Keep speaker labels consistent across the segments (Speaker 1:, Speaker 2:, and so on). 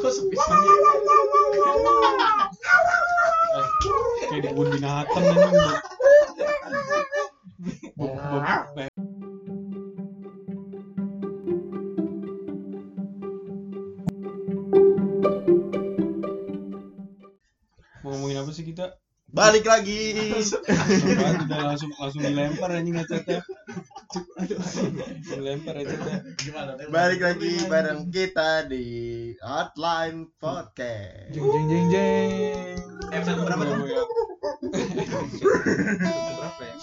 Speaker 1: Kok sepi sendiri? Eh, kayak di kebun binatang anjing. Buk- buk- buk- Mau ngomongin apa sih kita?
Speaker 2: Balik lagi.
Speaker 1: Apaan? Udah langsung langsung dilempar anjing ngecatnya. Dilempar ngecatnya.
Speaker 2: Balik lagi bareng kita di Hotline Podcast.
Speaker 1: Jeng jeng jeng jeng.
Speaker 2: Episode berapa tuh?
Speaker 3: berapa ya?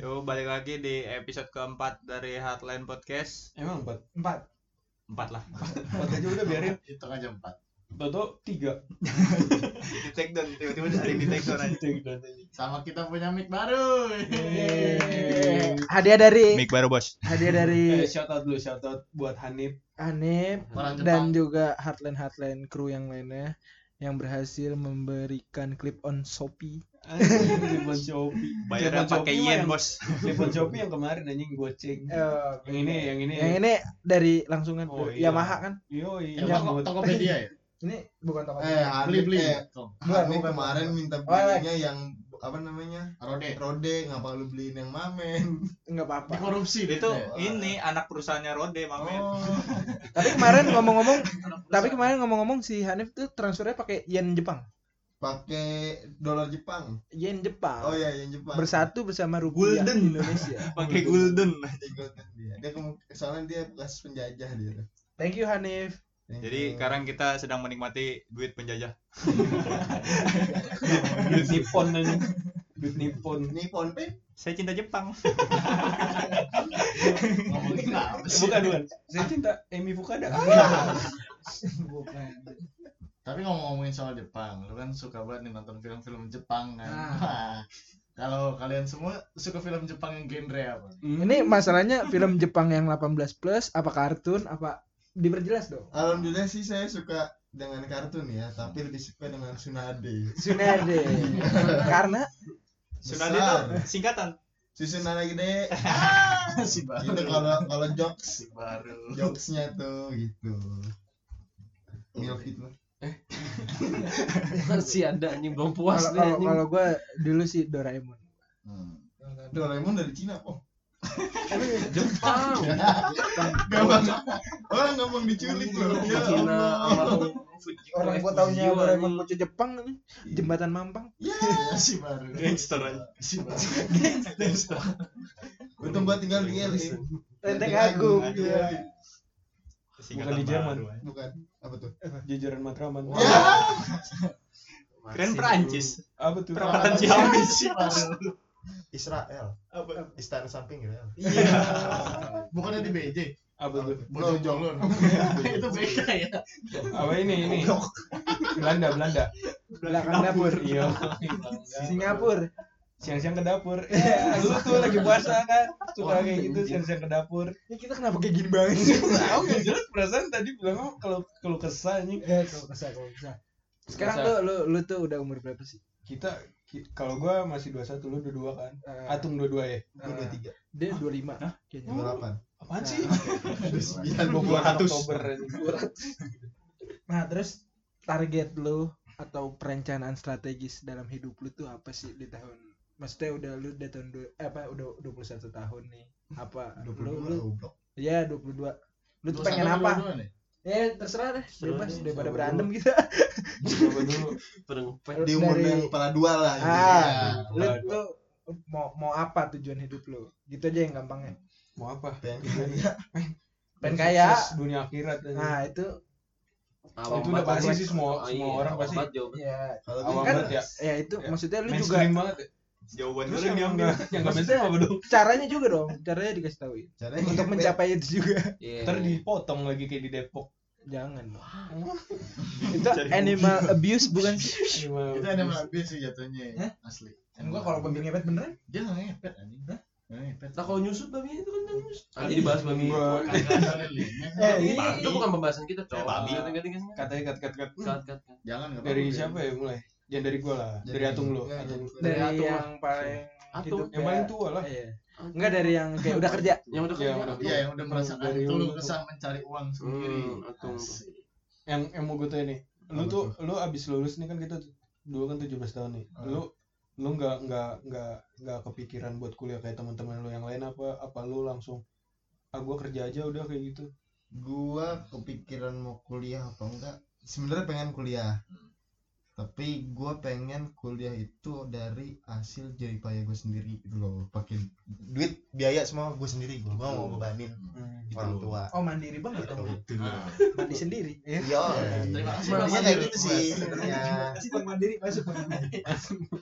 Speaker 3: Yo, balik lagi di episode keempat dari Hotline Podcast.
Speaker 1: Emang empat?
Speaker 4: empat
Speaker 3: Empat lah.
Speaker 1: Empat aja udah biarin.
Speaker 2: Hitung aja empat.
Speaker 1: Toto tiga.
Speaker 3: Di take down, tiba-tiba dari di take down aja.
Speaker 1: Tiga.
Speaker 2: Sama kita punya mic baru.
Speaker 1: Yeay.
Speaker 4: hadiah dari
Speaker 3: Mic baru bos.
Speaker 4: hadiah
Speaker 1: Eh,
Speaker 4: dari
Speaker 1: shout out dulu, shout out buat Hanif.
Speaker 4: Hanif
Speaker 2: Orang
Speaker 4: dan juga Heartland Heartland crew yang lainnya yang berhasil memberikan clip on Shopee.
Speaker 1: Anjing, telepon Shopee.
Speaker 3: Bayarnya
Speaker 1: Telepon
Speaker 3: pakai
Speaker 1: Shopee mah
Speaker 3: yen
Speaker 1: yang-
Speaker 3: bos.
Speaker 1: Telepon Shopee yang kemarin anjing goceng.
Speaker 4: Eh,
Speaker 1: Yang ini, yang ini.
Speaker 4: yang ini dari langsungan
Speaker 1: Oh,
Speaker 4: dari
Speaker 1: iya.
Speaker 4: Yamaha kan?
Speaker 1: Yoi.
Speaker 2: Yang Toko- Tokopedia ya?
Speaker 4: Ini bukan toko.
Speaker 5: Eh,
Speaker 2: Beli
Speaker 5: Hanif,
Speaker 2: beli.
Speaker 5: eh, Hanif kemarin minta
Speaker 4: Oh, iya.
Speaker 5: belinya yang apa namanya?
Speaker 2: Rode.
Speaker 5: Rode, ngapa lu beliin yang Mamen?
Speaker 4: Enggak apa-apa.
Speaker 2: Dikorupsi
Speaker 3: Itu
Speaker 2: duitnya ya?
Speaker 3: ini anak perusahaannya Rode, mamen.
Speaker 5: Oh,
Speaker 4: Tapi kemarin ngomong-ngomong, tapi kemarin ngomong-ngomong si Hanif tuh transfernya pakai yen Jepang.
Speaker 5: pakai dolar Jepang.
Speaker 4: Yen Jepang.
Speaker 5: Oh iya, yang Jepang.
Speaker 4: Bersatu bersama rupiah
Speaker 3: Gulden.
Speaker 4: Indonesia.
Speaker 3: Pakai gulden.
Speaker 5: Jadi golden dia. Dia kemu- soalnya dia bekas penjajah dia. tuh.
Speaker 4: Thank you Hanif.
Speaker 5: Thank you.
Speaker 3: Jadi sekarang kita sedang menikmati duit penjajah.
Speaker 1: Duit Nippon anjing. Duit Nippon.
Speaker 5: ini Ponpin
Speaker 3: Saya cinta Jepang.
Speaker 2: Ngomongin apa
Speaker 1: Eh,
Speaker 2: sih?
Speaker 1: Bukan, bukan. Saya cinta Emi Fukada.
Speaker 2: Tapi ngomong-ngomongin soal Jepang, lu kan suka banget nih nonton film-film Jepang kan.
Speaker 4: Ah.
Speaker 2: Wah. Kalau kalian semua suka film Jepang yang genre apa?
Speaker 1: Hmm.
Speaker 4: Ini masalahnya film Jepang yang 18 plus apa kartun apa diperjelas dong.
Speaker 5: alhamdulillah sih saya suka dengan kartun ya, tapi lebih suka dengan Tsunade.
Speaker 4: Tsunade. Karena
Speaker 3: Sudah itu
Speaker 5: Besar.
Speaker 3: singkatan.
Speaker 5: Si Tsunade gede.
Speaker 2: si baru.
Speaker 5: itu kalau kalau jokes
Speaker 2: si baru.
Speaker 5: jokesnya tuh gitu. Milf itu.
Speaker 6: si anda anjing belum puas nih
Speaker 4: kalau kalau-
Speaker 6: anjing
Speaker 4: kalau gue dulu sih Doraemon.
Speaker 2: Hmm.
Speaker 5: Doraemon dari Cina, kok.
Speaker 6: Jepang
Speaker 5: Gampang. Orang gampang diculik loh. Ya
Speaker 6: Cina
Speaker 5: Allah.
Speaker 4: Iya, Orang
Speaker 6: Orang
Speaker 4: gue
Speaker 6: taunya
Speaker 4: taunya
Speaker 6: Doraemon
Speaker 4: Doraemon bocah Jepang nih. Jembatan Mampang.
Speaker 5: Ya,
Speaker 2: si baru.
Speaker 3: Gangster
Speaker 5: eh.
Speaker 3: aja.
Speaker 2: Si baru.
Speaker 5: Untung gua tinggal di LA.
Speaker 4: Lenteng Agung.
Speaker 5: Iya.
Speaker 3: Singkatan
Speaker 1: Bukan di Jerman.
Speaker 3: baru, eh.
Speaker 5: Bukan. Apa tuh? Ya.
Speaker 1: Jajaran Matraman.
Speaker 3: Ya. Keren Perancis.
Speaker 1: Apa tuh?
Speaker 3: Perempatan
Speaker 5: Perempatan
Speaker 3: Ciamis.
Speaker 2: si baru.
Speaker 5: Israel. Apa? Istana samping ya.
Speaker 2: Bukannya di BJ.
Speaker 1: Apa tuh?
Speaker 2: Bojong Itu beda ya.
Speaker 1: Apa ini ini? Belanda, Belanda.
Speaker 4: Belakang dapur.
Speaker 1: Iya.
Speaker 4: Singapura.
Speaker 1: Siang-siang ke dapur. Eh, lu tuh lagi puasa kan? Suka
Speaker 5: Wah,
Speaker 1: kayak gitu siang-siang ke dapur.
Speaker 4: Ini kita kenapa kayak gini banget sih?
Speaker 1: Aku yang jelas perasaan tadi bilang oh, kalau kalau kesah anjing.
Speaker 4: Eh, kalau kesah, kalau kesah. Sekarang
Speaker 1: Kesah.
Speaker 4: tuh lu lu tuh udah umur berapa sih?
Speaker 1: Kita ki- kalau gua masih 21 lu 22 kan. Atung 22 ya.
Speaker 5: Gua dua tiga.
Speaker 4: Eh, Dia 25 kayaknya.
Speaker 5: Dua delapan.
Speaker 1: Apaan sih?
Speaker 5: Sembilan.
Speaker 1: Gua bulan Oktober ya, anjing.
Speaker 4: Nah, terus target lu atau perencanaan strategis dalam hidup lu tuh apa sih di tahun Maksudnya udah lu udah tahun dua, eh, apa udah 21 tahun nih.
Speaker 5: Dua
Speaker 4: Apa lu,
Speaker 5: puluh dua.
Speaker 4: lu
Speaker 5: goblok.
Speaker 4: ya 22. Lu tuh pengen apa? Ya terserah deh, bebas
Speaker 6: deh, sama
Speaker 4: daripada berantem kita.
Speaker 1: Coba dulu.
Speaker 6: perempuan
Speaker 5: Di umur
Speaker 4: Dari-
Speaker 5: yang kepala dua lah. gitu.
Speaker 4: Ah,
Speaker 1: Iya,
Speaker 4: lu
Speaker 1: dua-dua.
Speaker 4: tuh mau mau apa tujuan hidup lu? Gitu aja yang gampangnya.
Speaker 1: Mau apa?
Speaker 5: Pengen kaya.
Speaker 4: Pengen kaya.
Speaker 1: Sukses dunia akhirat anjing.
Speaker 4: Nah, itu
Speaker 1: itu udah pasti sih semua- semua orang pasti.
Speaker 4: ya
Speaker 5: Kalau
Speaker 1: Awam
Speaker 5: gua-
Speaker 4: kan
Speaker 1: banget ya.
Speaker 4: ya itu
Speaker 5: Ya.
Speaker 4: maksudnya lu juga
Speaker 1: Mainstream banget. ya.
Speaker 3: Jawaban
Speaker 1: Terus
Speaker 3: lu yang
Speaker 1: yang
Speaker 3: diambil.
Speaker 1: enggak yang enggak mainstream apa dong?
Speaker 4: caranya juga dong, caranya dikasih tahuin
Speaker 5: caranya
Speaker 4: untuk
Speaker 5: ngepet.
Speaker 4: mencapai itu juga.
Speaker 1: Ntar dipotong lagi kayak di Depok.
Speaker 4: Jangan.
Speaker 1: Hmm.
Speaker 4: itu animal abuse bukan sih?
Speaker 1: Iya,
Speaker 2: Itu ada mabir sih jatuhnya.
Speaker 4: Hah?
Speaker 2: Asli.
Speaker 4: Enggak kalau babi ngepet beneran.
Speaker 2: dia nggak ngepet anjing. Hah? Nggak ngepet.
Speaker 6: Nah kalau nyusut babi itu kan kan nyusut. Tadi dibahas babi.
Speaker 1: Gua-
Speaker 2: Kagak ada lilinnya.
Speaker 4: Eh,
Speaker 6: Babi.
Speaker 4: iya.
Speaker 6: Itu bukan pembahasan kita, cowok.
Speaker 3: Eh, babi.
Speaker 1: katanya kat kat kat
Speaker 6: Kat kat kat.
Speaker 2: Jangan nggak
Speaker 1: dari
Speaker 2: apa-apa.
Speaker 1: siapa ya mulai jangan dari gua lah dari
Speaker 5: Jadi-
Speaker 1: atung lu
Speaker 5: Enggak,
Speaker 1: Atung.
Speaker 5: jadi-
Speaker 4: Dari
Speaker 6: Atung
Speaker 4: yang paling
Speaker 6: Atung.
Speaker 4: hidup
Speaker 1: yang
Speaker 4: kayak-
Speaker 1: paling tua lah
Speaker 4: Iya. Enggak dari yang kayak udah kerja.
Speaker 6: yang udah
Speaker 1: Iya,
Speaker 6: kerja.
Speaker 1: udah.
Speaker 2: Iya, yang udah merasakan
Speaker 1: Dari
Speaker 2: keluh
Speaker 1: dulu tuh.
Speaker 2: kesah mencari uang sendiri.
Speaker 6: Hmm, untung.
Speaker 2: Asik.
Speaker 1: yang yang mau gue tanya nih lu
Speaker 5: Apa
Speaker 1: tuh lu abis lulus nih kan kita dua kan 17 tahun nih
Speaker 5: Hmm.
Speaker 1: lu lu nggak nggak nggak nggak kepikiran buat kuliah kayak teman-teman lu yang lain apa apa lu langsung ah gue kerja aja udah kayak gitu
Speaker 5: gua kepikiran mau kuliah apa enggak sebenarnya pengen kuliah tapi gua pengen kuliah itu dari hasil jerih payah gua sendiri gitu loh pakai duit biaya semua gua sendiri gua gua mau bebanin
Speaker 2: Hmm.
Speaker 5: orang tua Gitu.
Speaker 4: Oh mandiri banget dong.
Speaker 2: Nah,
Speaker 4: Mandi sendiri. Iya.
Speaker 5: iya
Speaker 2: Terima kasih.
Speaker 5: Sebenarnya
Speaker 2: Mas.
Speaker 5: kayak gitu sih
Speaker 2: Mas.
Speaker 5: sebenarnya
Speaker 4: Kasih dong mandiri masuk.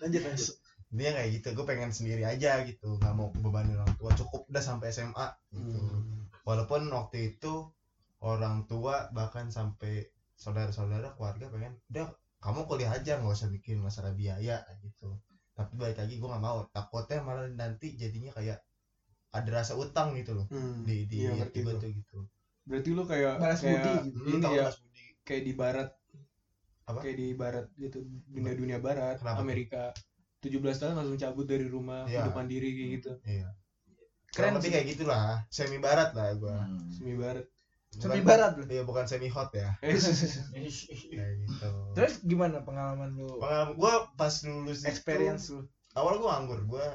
Speaker 4: Lanjut lanjut.
Speaker 5: dia kayak gitu gua pengen sendiri aja gitu nggak mau bebanin orang tua cukup udah sampai SMA gitu
Speaker 2: Hmm.
Speaker 1: Hmm.
Speaker 5: walaupun waktu itu orang tua bahkan sampai saudara-saudara keluarga pengen udah kamu kuliah aja nggak usah bikin masalah biaya gitu tapi balik lagi gue nggak mau takutnya malah nanti jadinya kayak ada rasa utang gitu loh
Speaker 1: Hmm.
Speaker 5: di di
Speaker 1: Iya,
Speaker 5: hati
Speaker 1: ngerti
Speaker 5: gua
Speaker 1: gua.
Speaker 5: tuh gitu
Speaker 1: berarti lu kayak
Speaker 4: Balas
Speaker 1: kayak
Speaker 4: budi gitu.
Speaker 5: lu
Speaker 1: ini
Speaker 5: tau
Speaker 1: ya
Speaker 5: Mas Budi
Speaker 1: kayak di barat
Speaker 5: Apa?
Speaker 1: kayak di barat gitu dunia dunia barat
Speaker 5: Kenapa?
Speaker 1: Amerika 17 tahun langsung cabut dari rumah
Speaker 5: Iya.
Speaker 1: hidup mandiri kayak gitu
Speaker 5: iya
Speaker 4: Keren
Speaker 5: keren lebih
Speaker 4: sih.
Speaker 5: kayak gitulah semi barat lah gua
Speaker 2: Hmm.
Speaker 1: semi barat
Speaker 4: Semi
Speaker 5: Bukan-
Speaker 4: barat lu.
Speaker 5: iya bukan semi hot ya kayak gitu
Speaker 4: Terus gimana pengalaman lu?
Speaker 5: pengalaman gue pas lulus itu-
Speaker 4: Experience lu.
Speaker 5: awal gue nganggur gue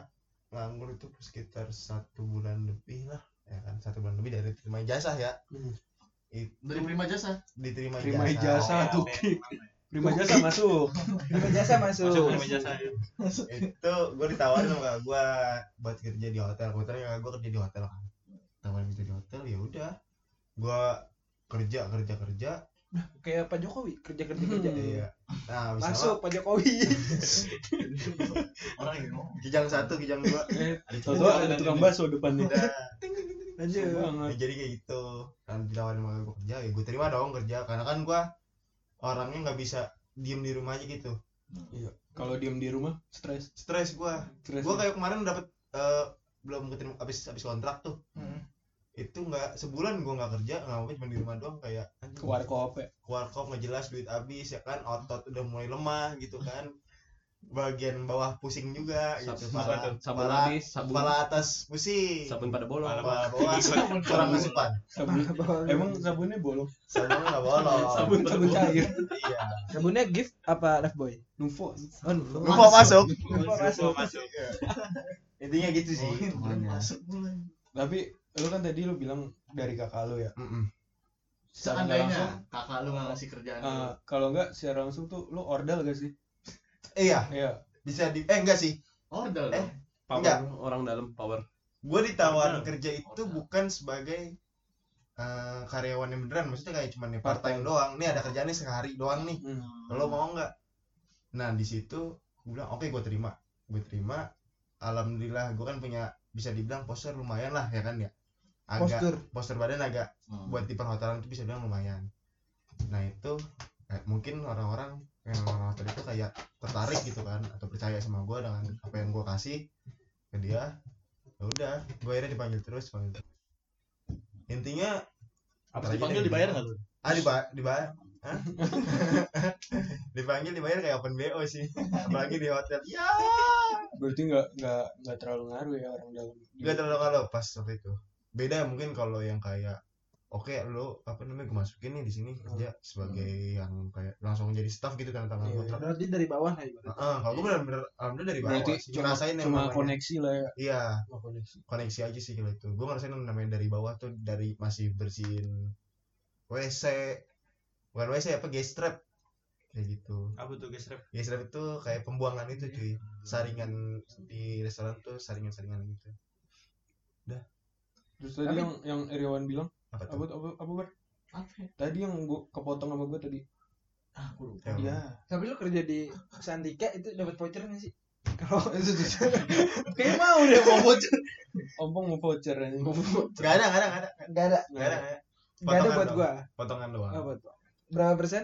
Speaker 5: nganggur itu sekitar satu bulan lebih lah ya kan satu bulan lebih dari terima ijazah ya
Speaker 1: Hmm.
Speaker 5: itu
Speaker 2: Dari prima jasa.
Speaker 5: diterima
Speaker 1: terima
Speaker 5: ijazah
Speaker 1: ijazah tuh terima ijazah masuk
Speaker 4: Terima jasa masuk.
Speaker 7: Masuk ke jasa.
Speaker 5: itu gue ditawarin sama gue buat kerja di hotel kebetulan kakak gue kerja di hotel kan tawarin kerja di hotel ya udah gue kerja kerja kerja
Speaker 4: Kayak Pak Jokowi kerja kerja kerja.
Speaker 5: iya nah habis
Speaker 4: Masuk Pak Jokowi.
Speaker 2: Orang yang ngomong.
Speaker 5: lama, kijang satu kijang dua
Speaker 1: tau tau Eh, ada tukang bakso depannya
Speaker 5: udah
Speaker 4: Lanjut.
Speaker 1: Seru banget
Speaker 5: Ya, jadi kayak gitu kan ditawarin sama gue kerja ya gue terima dong kerja karena kan gue orangnya nggak bisa diem di rumah aja gitu
Speaker 1: kalau diem di rumah stres
Speaker 5: stres gue
Speaker 1: stres
Speaker 5: gue kayak kemarin dapet eh, belum keterima abis abis kontrak tuh
Speaker 4: Hmm.
Speaker 5: itu nggak sebulan gue nggak kerja nggak apa cuma di rumah doang kayak
Speaker 1: ke warkop ya
Speaker 5: keluar kok nggak jelas duit abis ya kan otot udah mulai lemah gitu kan bagian bawah pusing juga gitu
Speaker 6: Sabun
Speaker 5: kepala kepala-
Speaker 6: habis, sabun
Speaker 5: kepala atas pusing
Speaker 6: sabun pada bolong.
Speaker 5: kepala bawah kurang asupan
Speaker 1: sabun
Speaker 4: Bawa-
Speaker 1: emang sabunnya bolong
Speaker 5: sabunnya nggak bolong
Speaker 6: Sabun
Speaker 4: sabun cair.
Speaker 5: iya
Speaker 4: Sabunnya gift apa left boy?
Speaker 1: Nuvo
Speaker 4: Oh, Nuvo.
Speaker 5: lupa masuk
Speaker 4: Lupa masuk.
Speaker 7: Masuk.
Speaker 5: intinya gitu sih
Speaker 2: Oh, itu belum masuk mulai.
Speaker 1: tapi lu kan tadi lu bilang dari kakak lu ya
Speaker 5: Mm-mm.
Speaker 1: Secara nggak langsung,
Speaker 2: Seandainya Ah. kakak lu nggak ngasih kerjaan lu.
Speaker 1: eh, kalau enggak secara langsung tuh lu ordal gak sih
Speaker 5: iya
Speaker 1: iya
Speaker 5: bisa di eh enggak sih
Speaker 2: Order
Speaker 5: eh,
Speaker 2: dong.
Speaker 6: Power
Speaker 5: Enggak.
Speaker 6: orang dalam power.
Speaker 5: gue ditawarin
Speaker 6: Bener.
Speaker 5: kerja itu
Speaker 2: Bener.
Speaker 5: bukan sebagai eh, karyawan yang beneran maksudnya kayak cuma nih part
Speaker 1: Part-time.
Speaker 5: time doang nih ada kerjaan nih sehari doang nih
Speaker 1: Hmm.
Speaker 5: lo mau nggak nah di situ gue bilang oke gue terima gue terima alhamdulillah gue kan punya bisa dibilang poster lumayan lah ya kan ya agak
Speaker 4: Postur.
Speaker 5: poster badan agak
Speaker 2: Hmm.
Speaker 5: buat di perhotelan itu bisa bilang lumayan nah itu eh, mungkin orang-orang yang orang hotel itu kayak tertarik gitu kan atau percaya sama gue dengan apa yang gue kasih ke dia ya udah gue akhirnya dipanggil terus dipanggil terus. intinya
Speaker 7: Apa
Speaker 5: Apalagi
Speaker 7: dipanggil
Speaker 5: dari-
Speaker 7: dibayar nggak lu?
Speaker 5: ah diba dibayar Hah? dipanggil dibayar kayak open bo sih apalagi di hotel ya
Speaker 1: berarti nggak nggak nggak terlalu ngaruh ya orang dalam
Speaker 5: gak terlalu kalau pas waktu itu beda mungkin kalau yang kayak oke lo apa namanya gue masukin nih di sini
Speaker 1: Hmm.
Speaker 5: kerja sebagai yang kayak langsung jadi staff gitu kan tangan
Speaker 1: Iya,
Speaker 5: kontrak
Speaker 4: Berarti dari bawah lah ibarat.
Speaker 5: Heeh, kalau gue bener-bener alhamdulillah dari bawah
Speaker 1: berarti
Speaker 5: sih.
Speaker 1: cuma
Speaker 5: ngerasain yang
Speaker 1: cuma
Speaker 5: namanya-
Speaker 1: koneksi lah ya
Speaker 5: iya
Speaker 1: cuma koneksi
Speaker 5: koneksi aja sih kalau itu gue ngerasain yang namanya dari bawah tuh dari masih bersihin wc bukan wc apa gas trap kayak gitu
Speaker 7: Apa tuh guys rep?
Speaker 5: gas trap itu kayak pembuangan itu cuy
Speaker 1: Hmm.
Speaker 5: saringan di restoran tuh saringan-saringan gitu
Speaker 1: terus tadi yang yang Iriawan bilang
Speaker 5: apa
Speaker 1: apa
Speaker 5: tuh
Speaker 1: apa apa Bar?
Speaker 2: Apa ya?
Speaker 1: tadi yang gua kepotong sama gua tadi
Speaker 2: Ah, aku lupa.
Speaker 5: Ya,
Speaker 1: ya
Speaker 4: Tapi lu kerja di Sandika itu dapat voucher nggak sih? Kalau kayak mau deh mau voucher.
Speaker 1: ompong mau voucher aja Nah,
Speaker 5: nggak ada nggak ada nggak ada
Speaker 4: Gak ada,
Speaker 5: nggak ada, nggak ada.
Speaker 4: gak ada
Speaker 5: Potongan
Speaker 4: buat
Speaker 5: doang.
Speaker 4: gua.
Speaker 5: potongan doang
Speaker 4: Apa tuh? Berapa persen?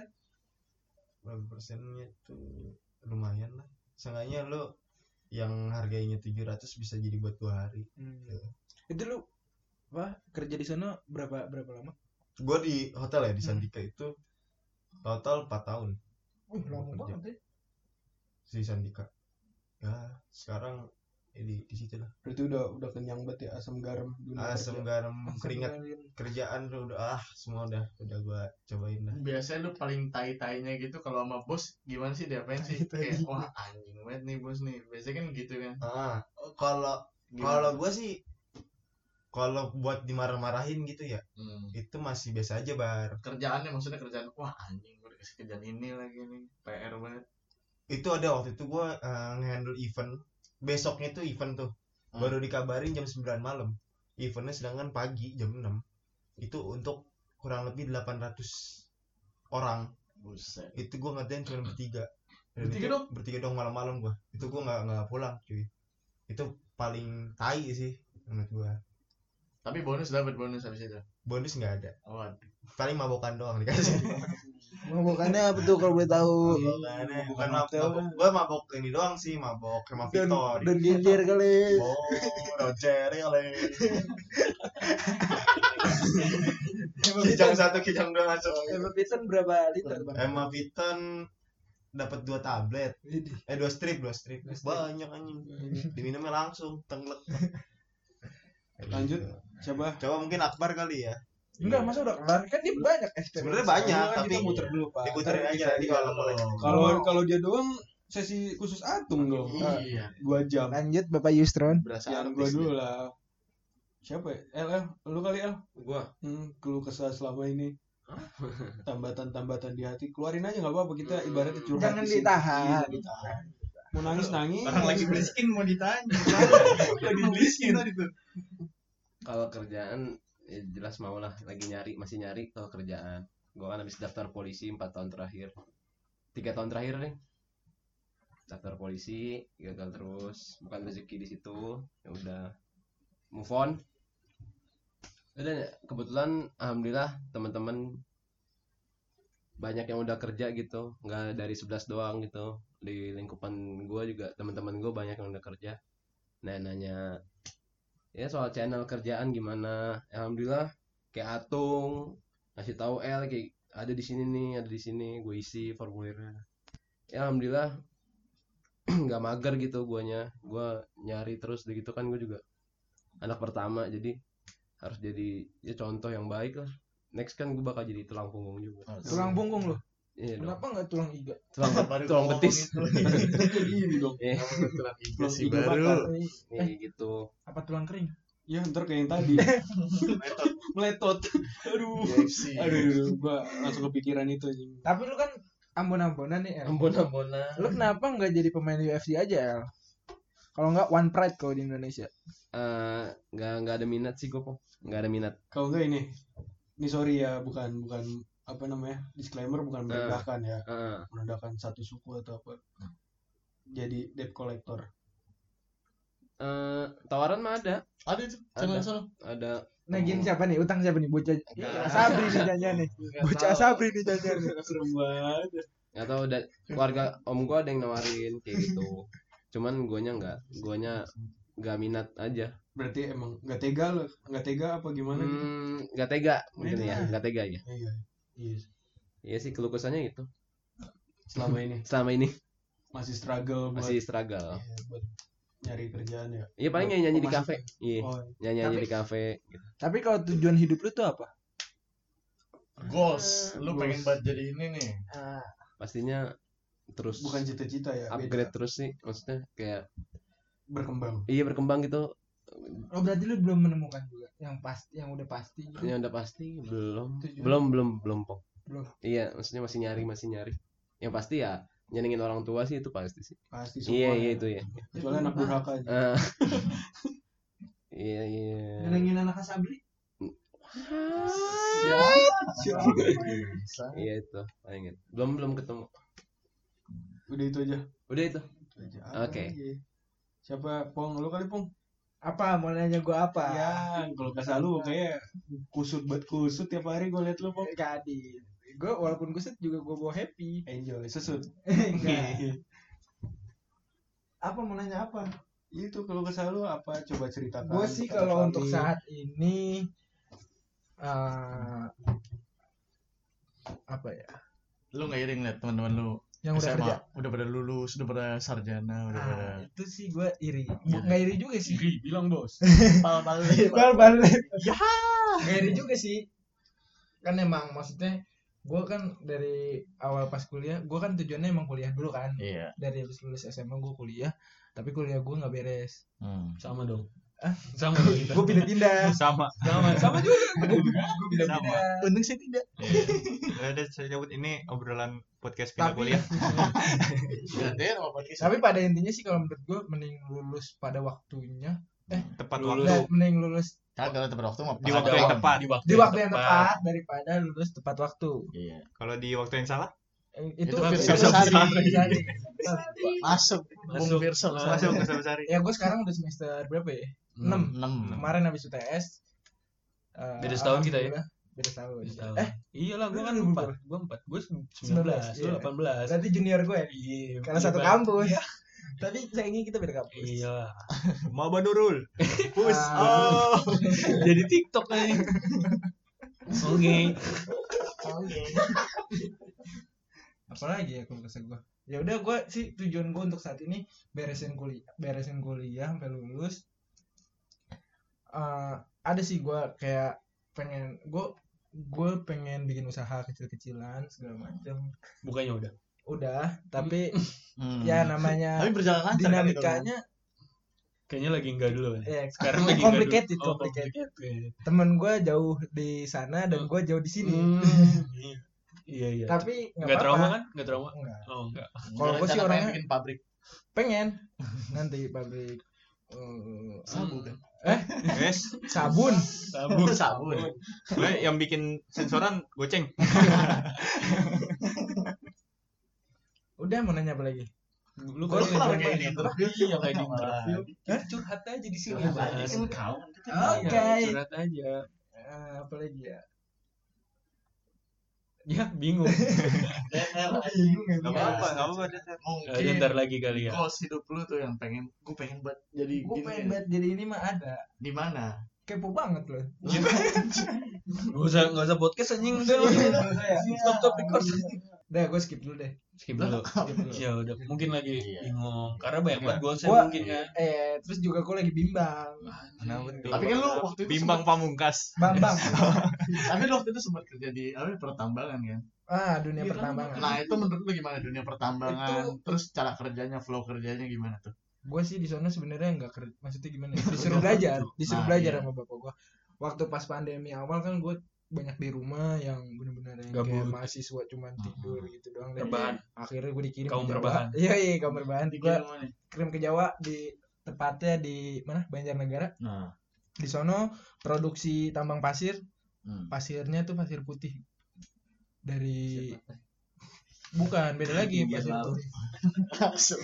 Speaker 5: berapa persennya tuh lumayan lah seenggaknya lo yang harganya 700 bisa jadi buat dua hari
Speaker 4: Hmm. Itu lu apa kerja di sana berapa berapa lama?
Speaker 5: gue di hotel ya di Sandika itu total 4 tahun
Speaker 4: Uh,
Speaker 5: lama banget di Sandika ya sekarang ya di di situ lah
Speaker 1: Berarti udah udah kenyang banget ya asam garam dunia kerja.
Speaker 5: asam garam
Speaker 4: Asam
Speaker 5: keringat
Speaker 4: garam.
Speaker 5: kerjaan tuh udah ah semua udah udah gua cobain lah
Speaker 2: biasanya lu paling tai tainya gitu kalau sama bos gimana sih dia pengen sih kayak wah anjing banget nih bos nih biasanya kan gitu kan
Speaker 5: ah kalau kalau gua sih kalau buat dimarah-marahin gitu ya
Speaker 2: Hmm.
Speaker 5: itu masih biasa aja bar
Speaker 2: kerjaannya maksudnya kerjaan wah anjing gue dikasih kerjaan ini lagi nih PR banget
Speaker 5: itu ada waktu itu gua eh, ngehandle event besoknya tuh event tuh
Speaker 2: Hmm.
Speaker 5: baru dikabarin jam 9 malam eventnya sedangkan pagi jam 6 itu untuk kurang lebih 800 orang
Speaker 2: buset
Speaker 5: itu gua ngerjain cuma bertiga Dan
Speaker 2: Bertiga
Speaker 5: itu-
Speaker 2: dong?
Speaker 5: bertiga dong malam-malam gua itu gua nggak nggak pulang cuy itu paling tai sih menurut gua
Speaker 2: tapi bonus dapat bonus habis itu
Speaker 5: bonus nggak ada
Speaker 2: waduh
Speaker 5: paling mabokan doang dikasih
Speaker 4: Mabokannya apa tuh kalau boleh tahu?
Speaker 5: mabokannya bukan mabok, mabok gua mabok ini doang sih mabok sama
Speaker 4: Dan
Speaker 5: Victor
Speaker 4: dan genjer kali.
Speaker 5: Oh, Roger kali. kijang satu, kijang dua masuk.
Speaker 4: Emang Piton berapa liter bang?
Speaker 5: Emma Piton dapat dua tablet,
Speaker 4: Ini.
Speaker 5: eh dua strip, dua strip.
Speaker 4: Dua strip.
Speaker 5: Banyak anjing. Diminumnya langsung tenglek.
Speaker 1: Lanjut. Coba
Speaker 5: Coba mungkin Akbar kali ya.
Speaker 4: Enggak, masa udah kelar? Kan dia banyak
Speaker 5: Sebenarnya banyak,
Speaker 1: Karena kan
Speaker 5: tapi
Speaker 1: kita muter dulu pak.
Speaker 5: diputerin
Speaker 1: Ntar
Speaker 5: aja
Speaker 1: kita
Speaker 5: nanti
Speaker 1: lihat.
Speaker 5: kalau boleh.
Speaker 1: kalau kalau dia doang sesi khusus atung dong. Nah,
Speaker 2: iya
Speaker 1: Dua jam.
Speaker 4: Lanjut Bapak Yustron.
Speaker 2: berasa
Speaker 1: Yang
Speaker 2: artis
Speaker 1: gua
Speaker 2: nih.
Speaker 1: dulu lah. Siapa ya? El, El, lu kali El.
Speaker 6: Gua
Speaker 1: Hmm, keluh kesah selama ini. Tambatan-tambatan di hati keluarin aja nggak apa-apa kita
Speaker 6: Hmm.
Speaker 1: ibaratnya curhat.
Speaker 4: Jangan
Speaker 1: di sini.
Speaker 4: ditahan.
Speaker 1: Iya, ditahan. Mau nangis nangis.
Speaker 8: orang lagi miskin mau ditanya
Speaker 5: Iya.
Speaker 1: lagi miskin.
Speaker 6: kalau kerjaan ya jelas mau lah lagi nyari masih nyari kalau kerjaan gua kan habis daftar polisi empat tahun terakhir tiga tahun terakhir nih daftar polisi gagal terus bukan rezeki di situ ya udah move on dan kebetulan alhamdulillah teman-teman banyak yang udah kerja gitu nggak dari 11 doang gitu di lingkupan gua juga teman-teman gua banyak yang udah kerja nah nanya ya soal channel kerjaan gimana alhamdulillah kayak Atung ngasih tahu El kayak ada di sini nih ada di sini gue isi formulirnya ya alhamdulillah nggak mager gitu guanya gua nyari terus gitu kan gue juga anak pertama jadi harus jadi ya contoh yang baik lah next kan gue bakal jadi tulang punggung juga
Speaker 4: Tulang punggung loh.
Speaker 6: iya dong.
Speaker 4: Kenapa nggak tulang iga?
Speaker 6: tulang tulang betis
Speaker 1: Gini dong.
Speaker 6: Iya,
Speaker 2: Tulang iga
Speaker 1: Belum
Speaker 2: sih
Speaker 1: tiga
Speaker 2: baru
Speaker 1: batang.
Speaker 6: nih gitu
Speaker 4: Apa tulang kering?
Speaker 1: Ya ntar kayak yang tadi meletot. Aduh.
Speaker 2: UFC
Speaker 1: Aduh, gua langsung kepikiran itu anjing.
Speaker 4: Tapi lu kan ambon-ambonan nih, El.
Speaker 6: ampun ampun
Speaker 4: Lu kenapa nggak jadi pemain UFC aja, El? Kalau nggak One Pride kalau di Indonesia.
Speaker 6: Eh, nggak nggak ada minat sih gue kok nggak ada minat
Speaker 1: Kalau enggak ini. Ini sorry ya, bukan bukan apa namanya? Disclaimer bukan merendahkan ya,
Speaker 6: Heeh.
Speaker 1: merendahkan satu suku atau apa. Jadi debt collector.
Speaker 6: Eh, tawaran mah ada
Speaker 2: ada itu channel sana
Speaker 6: ada
Speaker 4: Nah, gini siapa nih? Utang siapa nih? Bocah
Speaker 2: Ya. Iya.
Speaker 6: Nggak.
Speaker 4: Sabri nih janjian nih. Bocah
Speaker 6: tahu.
Speaker 4: Sabri nih janjian nih.
Speaker 1: Serem banget.
Speaker 6: nggak tahu da- keluarga om gua ada yang nawarin kayak gitu cuman guanya nggak guanya nggak minat aja
Speaker 1: Berarti emang nggak tega loh, nggak tega apa gimana gitu.
Speaker 6: hmm, nggak tega mungkin ya
Speaker 1: Minat.
Speaker 6: nggak tega ya
Speaker 1: Iya. Iya.
Speaker 6: Iya sih keluh kesahnya gitu
Speaker 1: Selama ini
Speaker 6: selama ini
Speaker 1: masih struggle buat
Speaker 6: masih struggle
Speaker 1: iya, buat nyari kerjaan ya.
Speaker 6: iya paling nyanyi nyanyi di
Speaker 1: Masih-
Speaker 6: kafe iya
Speaker 1: Oh,
Speaker 6: nyanyi nyanyi
Speaker 4: Tapi-
Speaker 6: di kafe
Speaker 4: Tapi kalau tujuan hidup lu tuh apa?
Speaker 2: goals lu pengen banget jadi ini nih
Speaker 6: pastinya terus
Speaker 1: bukan cita-cita ya, beda.
Speaker 6: upgrade terus sih maksudnya kayak
Speaker 1: berkembang.
Speaker 6: iya berkembang gitu
Speaker 4: Oh berarti lu belum menemukan juga yang pasti yang udah pasti gitu.
Speaker 6: yang udah pasti belum
Speaker 4: Tujuan.
Speaker 6: belum belum belum pok
Speaker 4: Belum.
Speaker 6: iya maksudnya masih nyari masih nyari yang pasti ya nyenengin orang tua sih itu pasti sih
Speaker 1: Pasti
Speaker 6: iya
Speaker 1: semua.
Speaker 6: iya
Speaker 1: ya.
Speaker 6: itu ya
Speaker 1: Kecuali anak durhaka aja.
Speaker 6: Eh, iya iya
Speaker 4: Nenengin anak Sabri. Ya.
Speaker 6: iya itu paling itu. belum belum ketemu
Speaker 1: Udah itu aja.
Speaker 6: udah itu
Speaker 1: Itu aja. Apa
Speaker 6: Oke.
Speaker 1: lagi? Siapa Pong? Lu kali Pong?
Speaker 4: Apa mau nanya gua apa?
Speaker 1: Ya, kalau gak salah lu kayak kusut buat kusut tiap hari gue liat lu pop.
Speaker 4: Gak adil. Gue walaupun kusut juga gue bawa happy.
Speaker 1: Enjoy sesut.
Speaker 4: Enggak. apa mau nanya apa?
Speaker 1: Itu kalau gak salah lu apa coba ceritakan.
Speaker 4: Gue sih
Speaker 1: kepada
Speaker 4: kalau
Speaker 1: kami.
Speaker 4: untuk saat ini eh apa ya?
Speaker 2: lu nggak iri ngeliat teman-teman lu
Speaker 4: yang udah
Speaker 2: SMA.
Speaker 4: kerja
Speaker 2: udah pada lulus udah pada sarjana udah pada
Speaker 4: Ah, itu sih gue iri nggak iri juga sih
Speaker 2: Ih, bilang bos pal pal
Speaker 4: bal bal
Speaker 2: ya
Speaker 4: nggak iri juga sih kan emang maksudnya gue kan dari awal pas kuliah gue kan tujuannya emang kuliah dulu kan
Speaker 2: iya
Speaker 4: dari habis lulus SMA gue kuliah tapi kuliah gue nggak beres
Speaker 2: hmm.
Speaker 1: sama dong
Speaker 4: Hah?
Speaker 1: sama gitu. dong kita
Speaker 4: gue pindah-pindah
Speaker 9: sama
Speaker 1: sama sama juga
Speaker 4: gue pindah-pindah
Speaker 2: untung saya tidak
Speaker 9: ya udah saya cabut ini obrolan podcast pindah
Speaker 4: tapi
Speaker 9: kuliah
Speaker 2: gantian apa podcast
Speaker 4: tapi pada intinya sih kalau menurut gue mending lulus pada waktunya
Speaker 9: tepat
Speaker 1: Lulus.
Speaker 9: waktu
Speaker 4: dan mending lulus
Speaker 5: Kagak tepat waktu mah
Speaker 9: Di waktu yang tepat.
Speaker 1: di waktu,
Speaker 4: di waktu yang tepat daripada lulus tepat waktu
Speaker 2: iya
Speaker 9: kalau di waktu yang salah
Speaker 4: Eh, itu,
Speaker 2: Itu kan
Speaker 4: itu
Speaker 2: filsafat
Speaker 4: sari.
Speaker 2: sari.
Speaker 4: Sari.
Speaker 2: masuk
Speaker 1: Masuk.
Speaker 2: Pearson
Speaker 9: masuk ke besar
Speaker 4: ya gue sekarang udah semester berapa ya Enam. kemarin habis UTS eh,
Speaker 1: Beda setahun kita ya?
Speaker 4: alhamdulillah, beda setahun
Speaker 1: eh iyalah gue kan
Speaker 4: Lu
Speaker 1: empat
Speaker 4: berapa?
Speaker 1: gue empat gue sembilan belas lu
Speaker 4: iya.
Speaker 1: delapan belas
Speaker 4: berarti junior gue ya?
Speaker 1: iya
Speaker 4: karena satu
Speaker 1: ibarat-
Speaker 4: kampus tapi sayangnya kita beda kampus Ah,
Speaker 1: iya
Speaker 9: mau banurul
Speaker 4: Pus.
Speaker 5: Ah.
Speaker 9: oh
Speaker 1: jadi tiktok nih oke
Speaker 4: apalagi ya kalau kata gue ya udah gue sih tujuan gue untuk saat ini beresin kuliah beresin kuliah sampai lulus Eh, ada sih gue kayak pengen gue gue pengen bikin usaha kecil-kecilan segala macam
Speaker 1: bukannya udah
Speaker 4: udah tapi
Speaker 1: Hmm.
Speaker 4: ya
Speaker 2: nah.
Speaker 4: namanya
Speaker 5: Hmm. Tapi berjalan lancar kan itu.
Speaker 4: dinamikanya
Speaker 1: kayaknya lagi enggak dulu kan
Speaker 4: ya
Speaker 1: sekarang lagi enggak dulu.
Speaker 4: complicated
Speaker 1: Oh,
Speaker 4: complicated
Speaker 1: complicated.
Speaker 4: temen gue jauh di sana dan gue jauh di sini
Speaker 1: Hmm, iya iya
Speaker 4: tapi
Speaker 1: nggak
Speaker 4: nggak
Speaker 1: trauma
Speaker 4: apa-apa
Speaker 1: kan nggak trauma
Speaker 4: Nggak.
Speaker 1: oh enggak
Speaker 4: Kalau gua sih
Speaker 5: Rencana pengen
Speaker 4: orangnya-
Speaker 5: bikin pabrik.
Speaker 4: pengen nanti pabrik eh,
Speaker 1: sabu kan
Speaker 9: yes
Speaker 4: sabun
Speaker 1: sabu
Speaker 5: sabun.
Speaker 9: gue yang bikin sensoran goceng
Speaker 4: udah mau nanya apa lagi
Speaker 1: lu
Speaker 4: Gua
Speaker 1: kalau
Speaker 4: kenapa kayak
Speaker 1: kayak
Speaker 4: gitu?
Speaker 1: interview yang kayak di interview
Speaker 4: Hah? curhat aja di sini
Speaker 1: Curhat
Speaker 4: Bang.
Speaker 1: aja.
Speaker 2: Kan
Speaker 4: Oke.
Speaker 1: Iya, curhat aja
Speaker 4: Eh, apa lagi ya
Speaker 1: ya bingung eh,
Speaker 9: nggak apa-apa nggak apa-apa
Speaker 1: ada ntar lagi kali ya
Speaker 2: goals hidup lu tuh yang pengen gue pengen buat jadi
Speaker 4: gue
Speaker 1: Gitu
Speaker 2: gini
Speaker 4: pengen
Speaker 2: deh.
Speaker 4: banget jadi ini mah ada
Speaker 2: di mana
Speaker 4: kepo banget loh
Speaker 1: Gitu. nggak usah nggak usah podcast anjing udah lu stop stop record
Speaker 4: ya. udah gue skip dulu deh
Speaker 1: skip dulu
Speaker 4: Skip dulu.
Speaker 1: ya udah mungkin lagi
Speaker 2: Iya.
Speaker 1: bingung karena banyak banget goals
Speaker 4: Gua-
Speaker 1: mungkin kan
Speaker 4: eh terus juga gue lagi bimbang
Speaker 2: tapi kan lu waktu itu
Speaker 9: bimbang pamungkas
Speaker 4: bambang
Speaker 2: sempet- tapi lu waktu itu sempat kerja di apa pertambangan kan
Speaker 4: ah
Speaker 1: Iya,
Speaker 4: dunia
Speaker 2: nah
Speaker 4: pertambangan
Speaker 2: itu menurut lu gimana dunia pertambangan
Speaker 4: Itu-
Speaker 2: terus cara kerjanya flow kerjanya gimana tuh
Speaker 4: gue sih di sana sebenarnya nggak ker... maksudnya gimana ya? disuruh belajar disuruh
Speaker 2: Nah,
Speaker 4: belajar
Speaker 2: iya.
Speaker 4: sama bapak gue waktu pas pandemi awal kan gue banyak di rumah yang bener-bener yang kayak
Speaker 1: Gabut.
Speaker 4: mahasiswa cuman tidur gitu doang dan
Speaker 1: rebahan
Speaker 4: akhirnya gue dikirim
Speaker 1: Kaum
Speaker 4: ke Jawa.
Speaker 1: rebahan.
Speaker 4: iya iya kaum rebahan gue
Speaker 2: Gimana nih?
Speaker 4: kirim ke Jawa di tepatnya di mana Banjarnegara
Speaker 2: nah
Speaker 4: di sono produksi tambang pasir
Speaker 2: Hmm.
Speaker 4: pasirnya tuh pasir putih dari bukan beda lagi pasir putih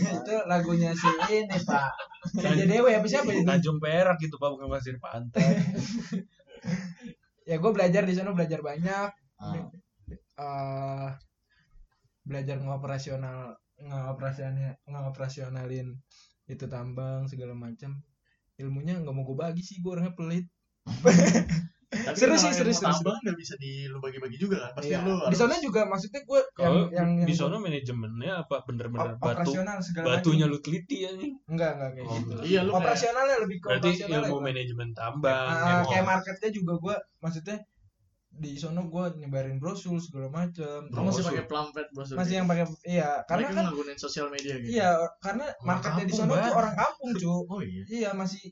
Speaker 4: itu lagunya si ini pak Raja Dewa ya, apa siapa itu
Speaker 1: Tanjung Perak gitu pak bukan pasir pantai
Speaker 4: ya gue belajar di sana belajar banyak
Speaker 2: Ah.
Speaker 4: Eh, belajar ngoperasional ngoperasionalnya ngoperasionalin itu tambang segala macam ilmunya nggak mau gue bagi sih gue orangnya pelit
Speaker 2: Tapi
Speaker 4: Seru
Speaker 2: kan
Speaker 4: sih,
Speaker 2: orang
Speaker 4: seru,
Speaker 2: yang
Speaker 4: seru,
Speaker 2: pertambangan udah bisa di lu bagi-bagi juga kan pasti
Speaker 4: Iya.
Speaker 2: lu
Speaker 4: di sana juga maksudnya gue
Speaker 1: kalau
Speaker 4: yang yang,
Speaker 1: di
Speaker 4: yang
Speaker 1: sono manajemennya apa bener-bener
Speaker 4: op-
Speaker 1: batu
Speaker 4: operasional segala
Speaker 1: batunya
Speaker 4: macam
Speaker 1: lu teliti ya nih
Speaker 4: enggak enggak kayak
Speaker 1: Oh,
Speaker 4: gitu
Speaker 2: iya lu kayak
Speaker 4: operasionalnya lebih ke
Speaker 1: berarti
Speaker 4: operasional
Speaker 1: ilmu oh.
Speaker 4: ya.
Speaker 1: manajemen tambang
Speaker 4: Ah,
Speaker 1: MO.
Speaker 4: kayak marketnya juga gue maksudnya di sono gue nyebarin brosur segala macam
Speaker 2: lu masih pakai plampet bos
Speaker 4: masih yang pakai iya karena kan
Speaker 2: nggunain sosial media gitu
Speaker 4: iya karena marketnya di
Speaker 1: kampung,
Speaker 4: sono tuh
Speaker 1: Bang.
Speaker 4: orang kampung cu
Speaker 2: oh iya
Speaker 4: iya masih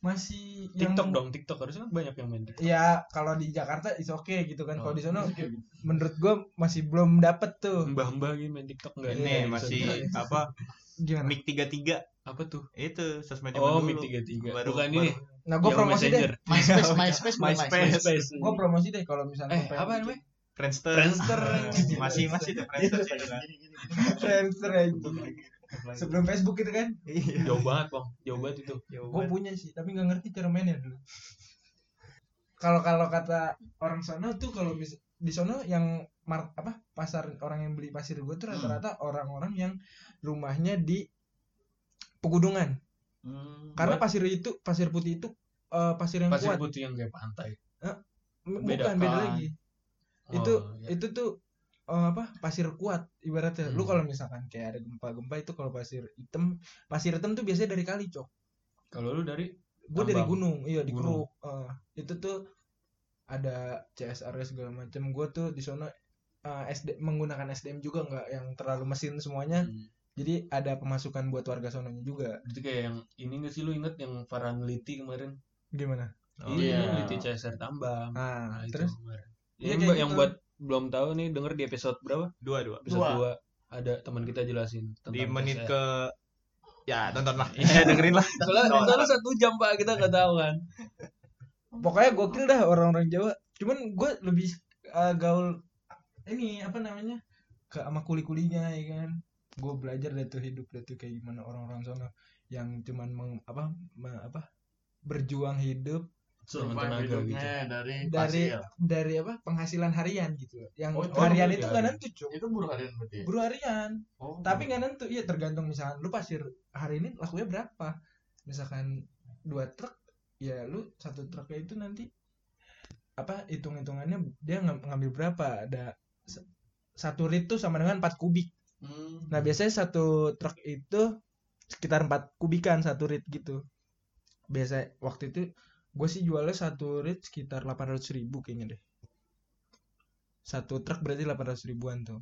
Speaker 4: masih yang-
Speaker 1: TikTok dong TikTok harusnya kan banyak yang main TikTok
Speaker 4: Iya, kalau di Jakarta is oke gitu kan. Kalau di
Speaker 1: Oh,
Speaker 4: sono
Speaker 1: iya.
Speaker 2: Oke.
Speaker 4: menurut gua masih belum dapet tuh.
Speaker 1: mbah-mbah gitu main TikTok enggak
Speaker 9: ini masih apa
Speaker 4: Gimana?
Speaker 9: mic 33
Speaker 1: apa tuh
Speaker 9: itu sosmed
Speaker 1: oh
Speaker 9: zaman
Speaker 1: mic
Speaker 9: dulu.
Speaker 1: 33
Speaker 9: Baru-
Speaker 1: bukan
Speaker 9: baru-
Speaker 1: ini
Speaker 4: Nah, gua
Speaker 1: Yahoo
Speaker 4: promosi deh.
Speaker 1: Messenger
Speaker 5: MySpace, MySpace, bukan
Speaker 9: MySpace.
Speaker 1: MySpace
Speaker 4: Gua promosi deh kalau
Speaker 1: eh
Speaker 4: misalnya
Speaker 1: apa namanya
Speaker 9: Friendster Eh,
Speaker 1: Friendster
Speaker 9: masih masih tuh Friendster sih kan
Speaker 4: Friendster aja. gitu. Sebelum Facebook gitu kan.
Speaker 2: Iya.
Speaker 1: jauh banget bang jauh banget itu
Speaker 9: Iya.
Speaker 4: Gua punya sih, tapi nggak ngerti cara mainnya dulu. Kalau kalau kata orang sono tuh kalau mis- di sono yang mar apa pasar orang yang beli pasir gua
Speaker 1: Hmm.
Speaker 4: tuh rata-rata orang-orang yang rumahnya di pegunungan. Karena pasir itu pasir putih itu eh, pasir yang
Speaker 1: Hmm. pasir
Speaker 4: kuat.
Speaker 1: putih yang kayak pantai
Speaker 4: M-
Speaker 1: Beda
Speaker 4: bukan beda
Speaker 1: kan.
Speaker 4: lagi
Speaker 1: Oh,
Speaker 4: itu
Speaker 1: iya.
Speaker 4: itu tuh eh, apa pasir kuat ibaratnya lu
Speaker 10: Hmm.
Speaker 4: kalau misalkan kayak ada gempa-gempa itu kalau pasir hitam pasir hitam tuh biasanya dari kali cok
Speaker 9: Kalau lu dari
Speaker 4: gue dari
Speaker 9: Tambang.
Speaker 4: gunung iya di
Speaker 9: Gunung.
Speaker 4: Kruk Eh, itu tuh ada CSR segala macam gue tuh di sana eh, SD menggunakan SDM juga nggak yang terlalu mesin semuanya jadi ada pemasukan buat warga sononya juga
Speaker 1: itu kayak yang ini nggak sih lu inget yang Farah ngeliti kemarin
Speaker 4: gimana
Speaker 1: iya
Speaker 9: iya.
Speaker 1: ngeliti CSR tambang
Speaker 4: nah
Speaker 1: nah, itu
Speaker 4: terus
Speaker 1: kemarin.
Speaker 4: Iya,
Speaker 1: Yang
Speaker 4: kayak
Speaker 1: bu- yang
Speaker 4: gitu.
Speaker 1: buat belum tahu nih denger di episode berapa
Speaker 9: dua dua
Speaker 1: episode
Speaker 2: Dua.
Speaker 1: dua ada teman kita jelasin
Speaker 9: di menit
Speaker 1: CSR.
Speaker 9: ke ya tonton lah ya dengerin lah
Speaker 1: soalnya
Speaker 9: Tonton.
Speaker 1: soalnya satu jam pak kita nggak tahu kan
Speaker 4: pokoknya gokil dah orang-orang Jawa cuman gue lebih eh, gaul ini apa namanya ke sama kuli-kulinya ya kan gue belajar dari tuh hidup dari tuh kayak gimana orang-orang sono yang cuman meng- apa me- apa berjuang hidup
Speaker 1: Cuma
Speaker 2: Survive
Speaker 1: tenaga gitu
Speaker 2: hidupnya dari ya.
Speaker 4: dari
Speaker 2: pasir.
Speaker 4: dari apa penghasilan harian gitu yang
Speaker 2: Oh, itu
Speaker 4: harian
Speaker 1: buruh
Speaker 4: itu
Speaker 1: harian.
Speaker 4: nggak nentu cuy
Speaker 2: itu buruh harian berarti ya?
Speaker 4: buruh harian
Speaker 2: oh,
Speaker 4: tapi nggak nentu iya tergantung misalkan lu pasir hari ini lakunya berapa misalkan dua truk ya lu satu truknya itu nanti apa hitung hitungannya dia ngam- ngambil berapa ada s- satu rit tuh sama dengan 4 kubik
Speaker 2: Hmm.
Speaker 4: nah biasanya satu truk itu sekitar 4 kubikan satu rit gitu biasa waktu itu gue sih jualnya satu rit sekitar 800 ribu kayaknya deh satu truk berarti 800 ribuan tuh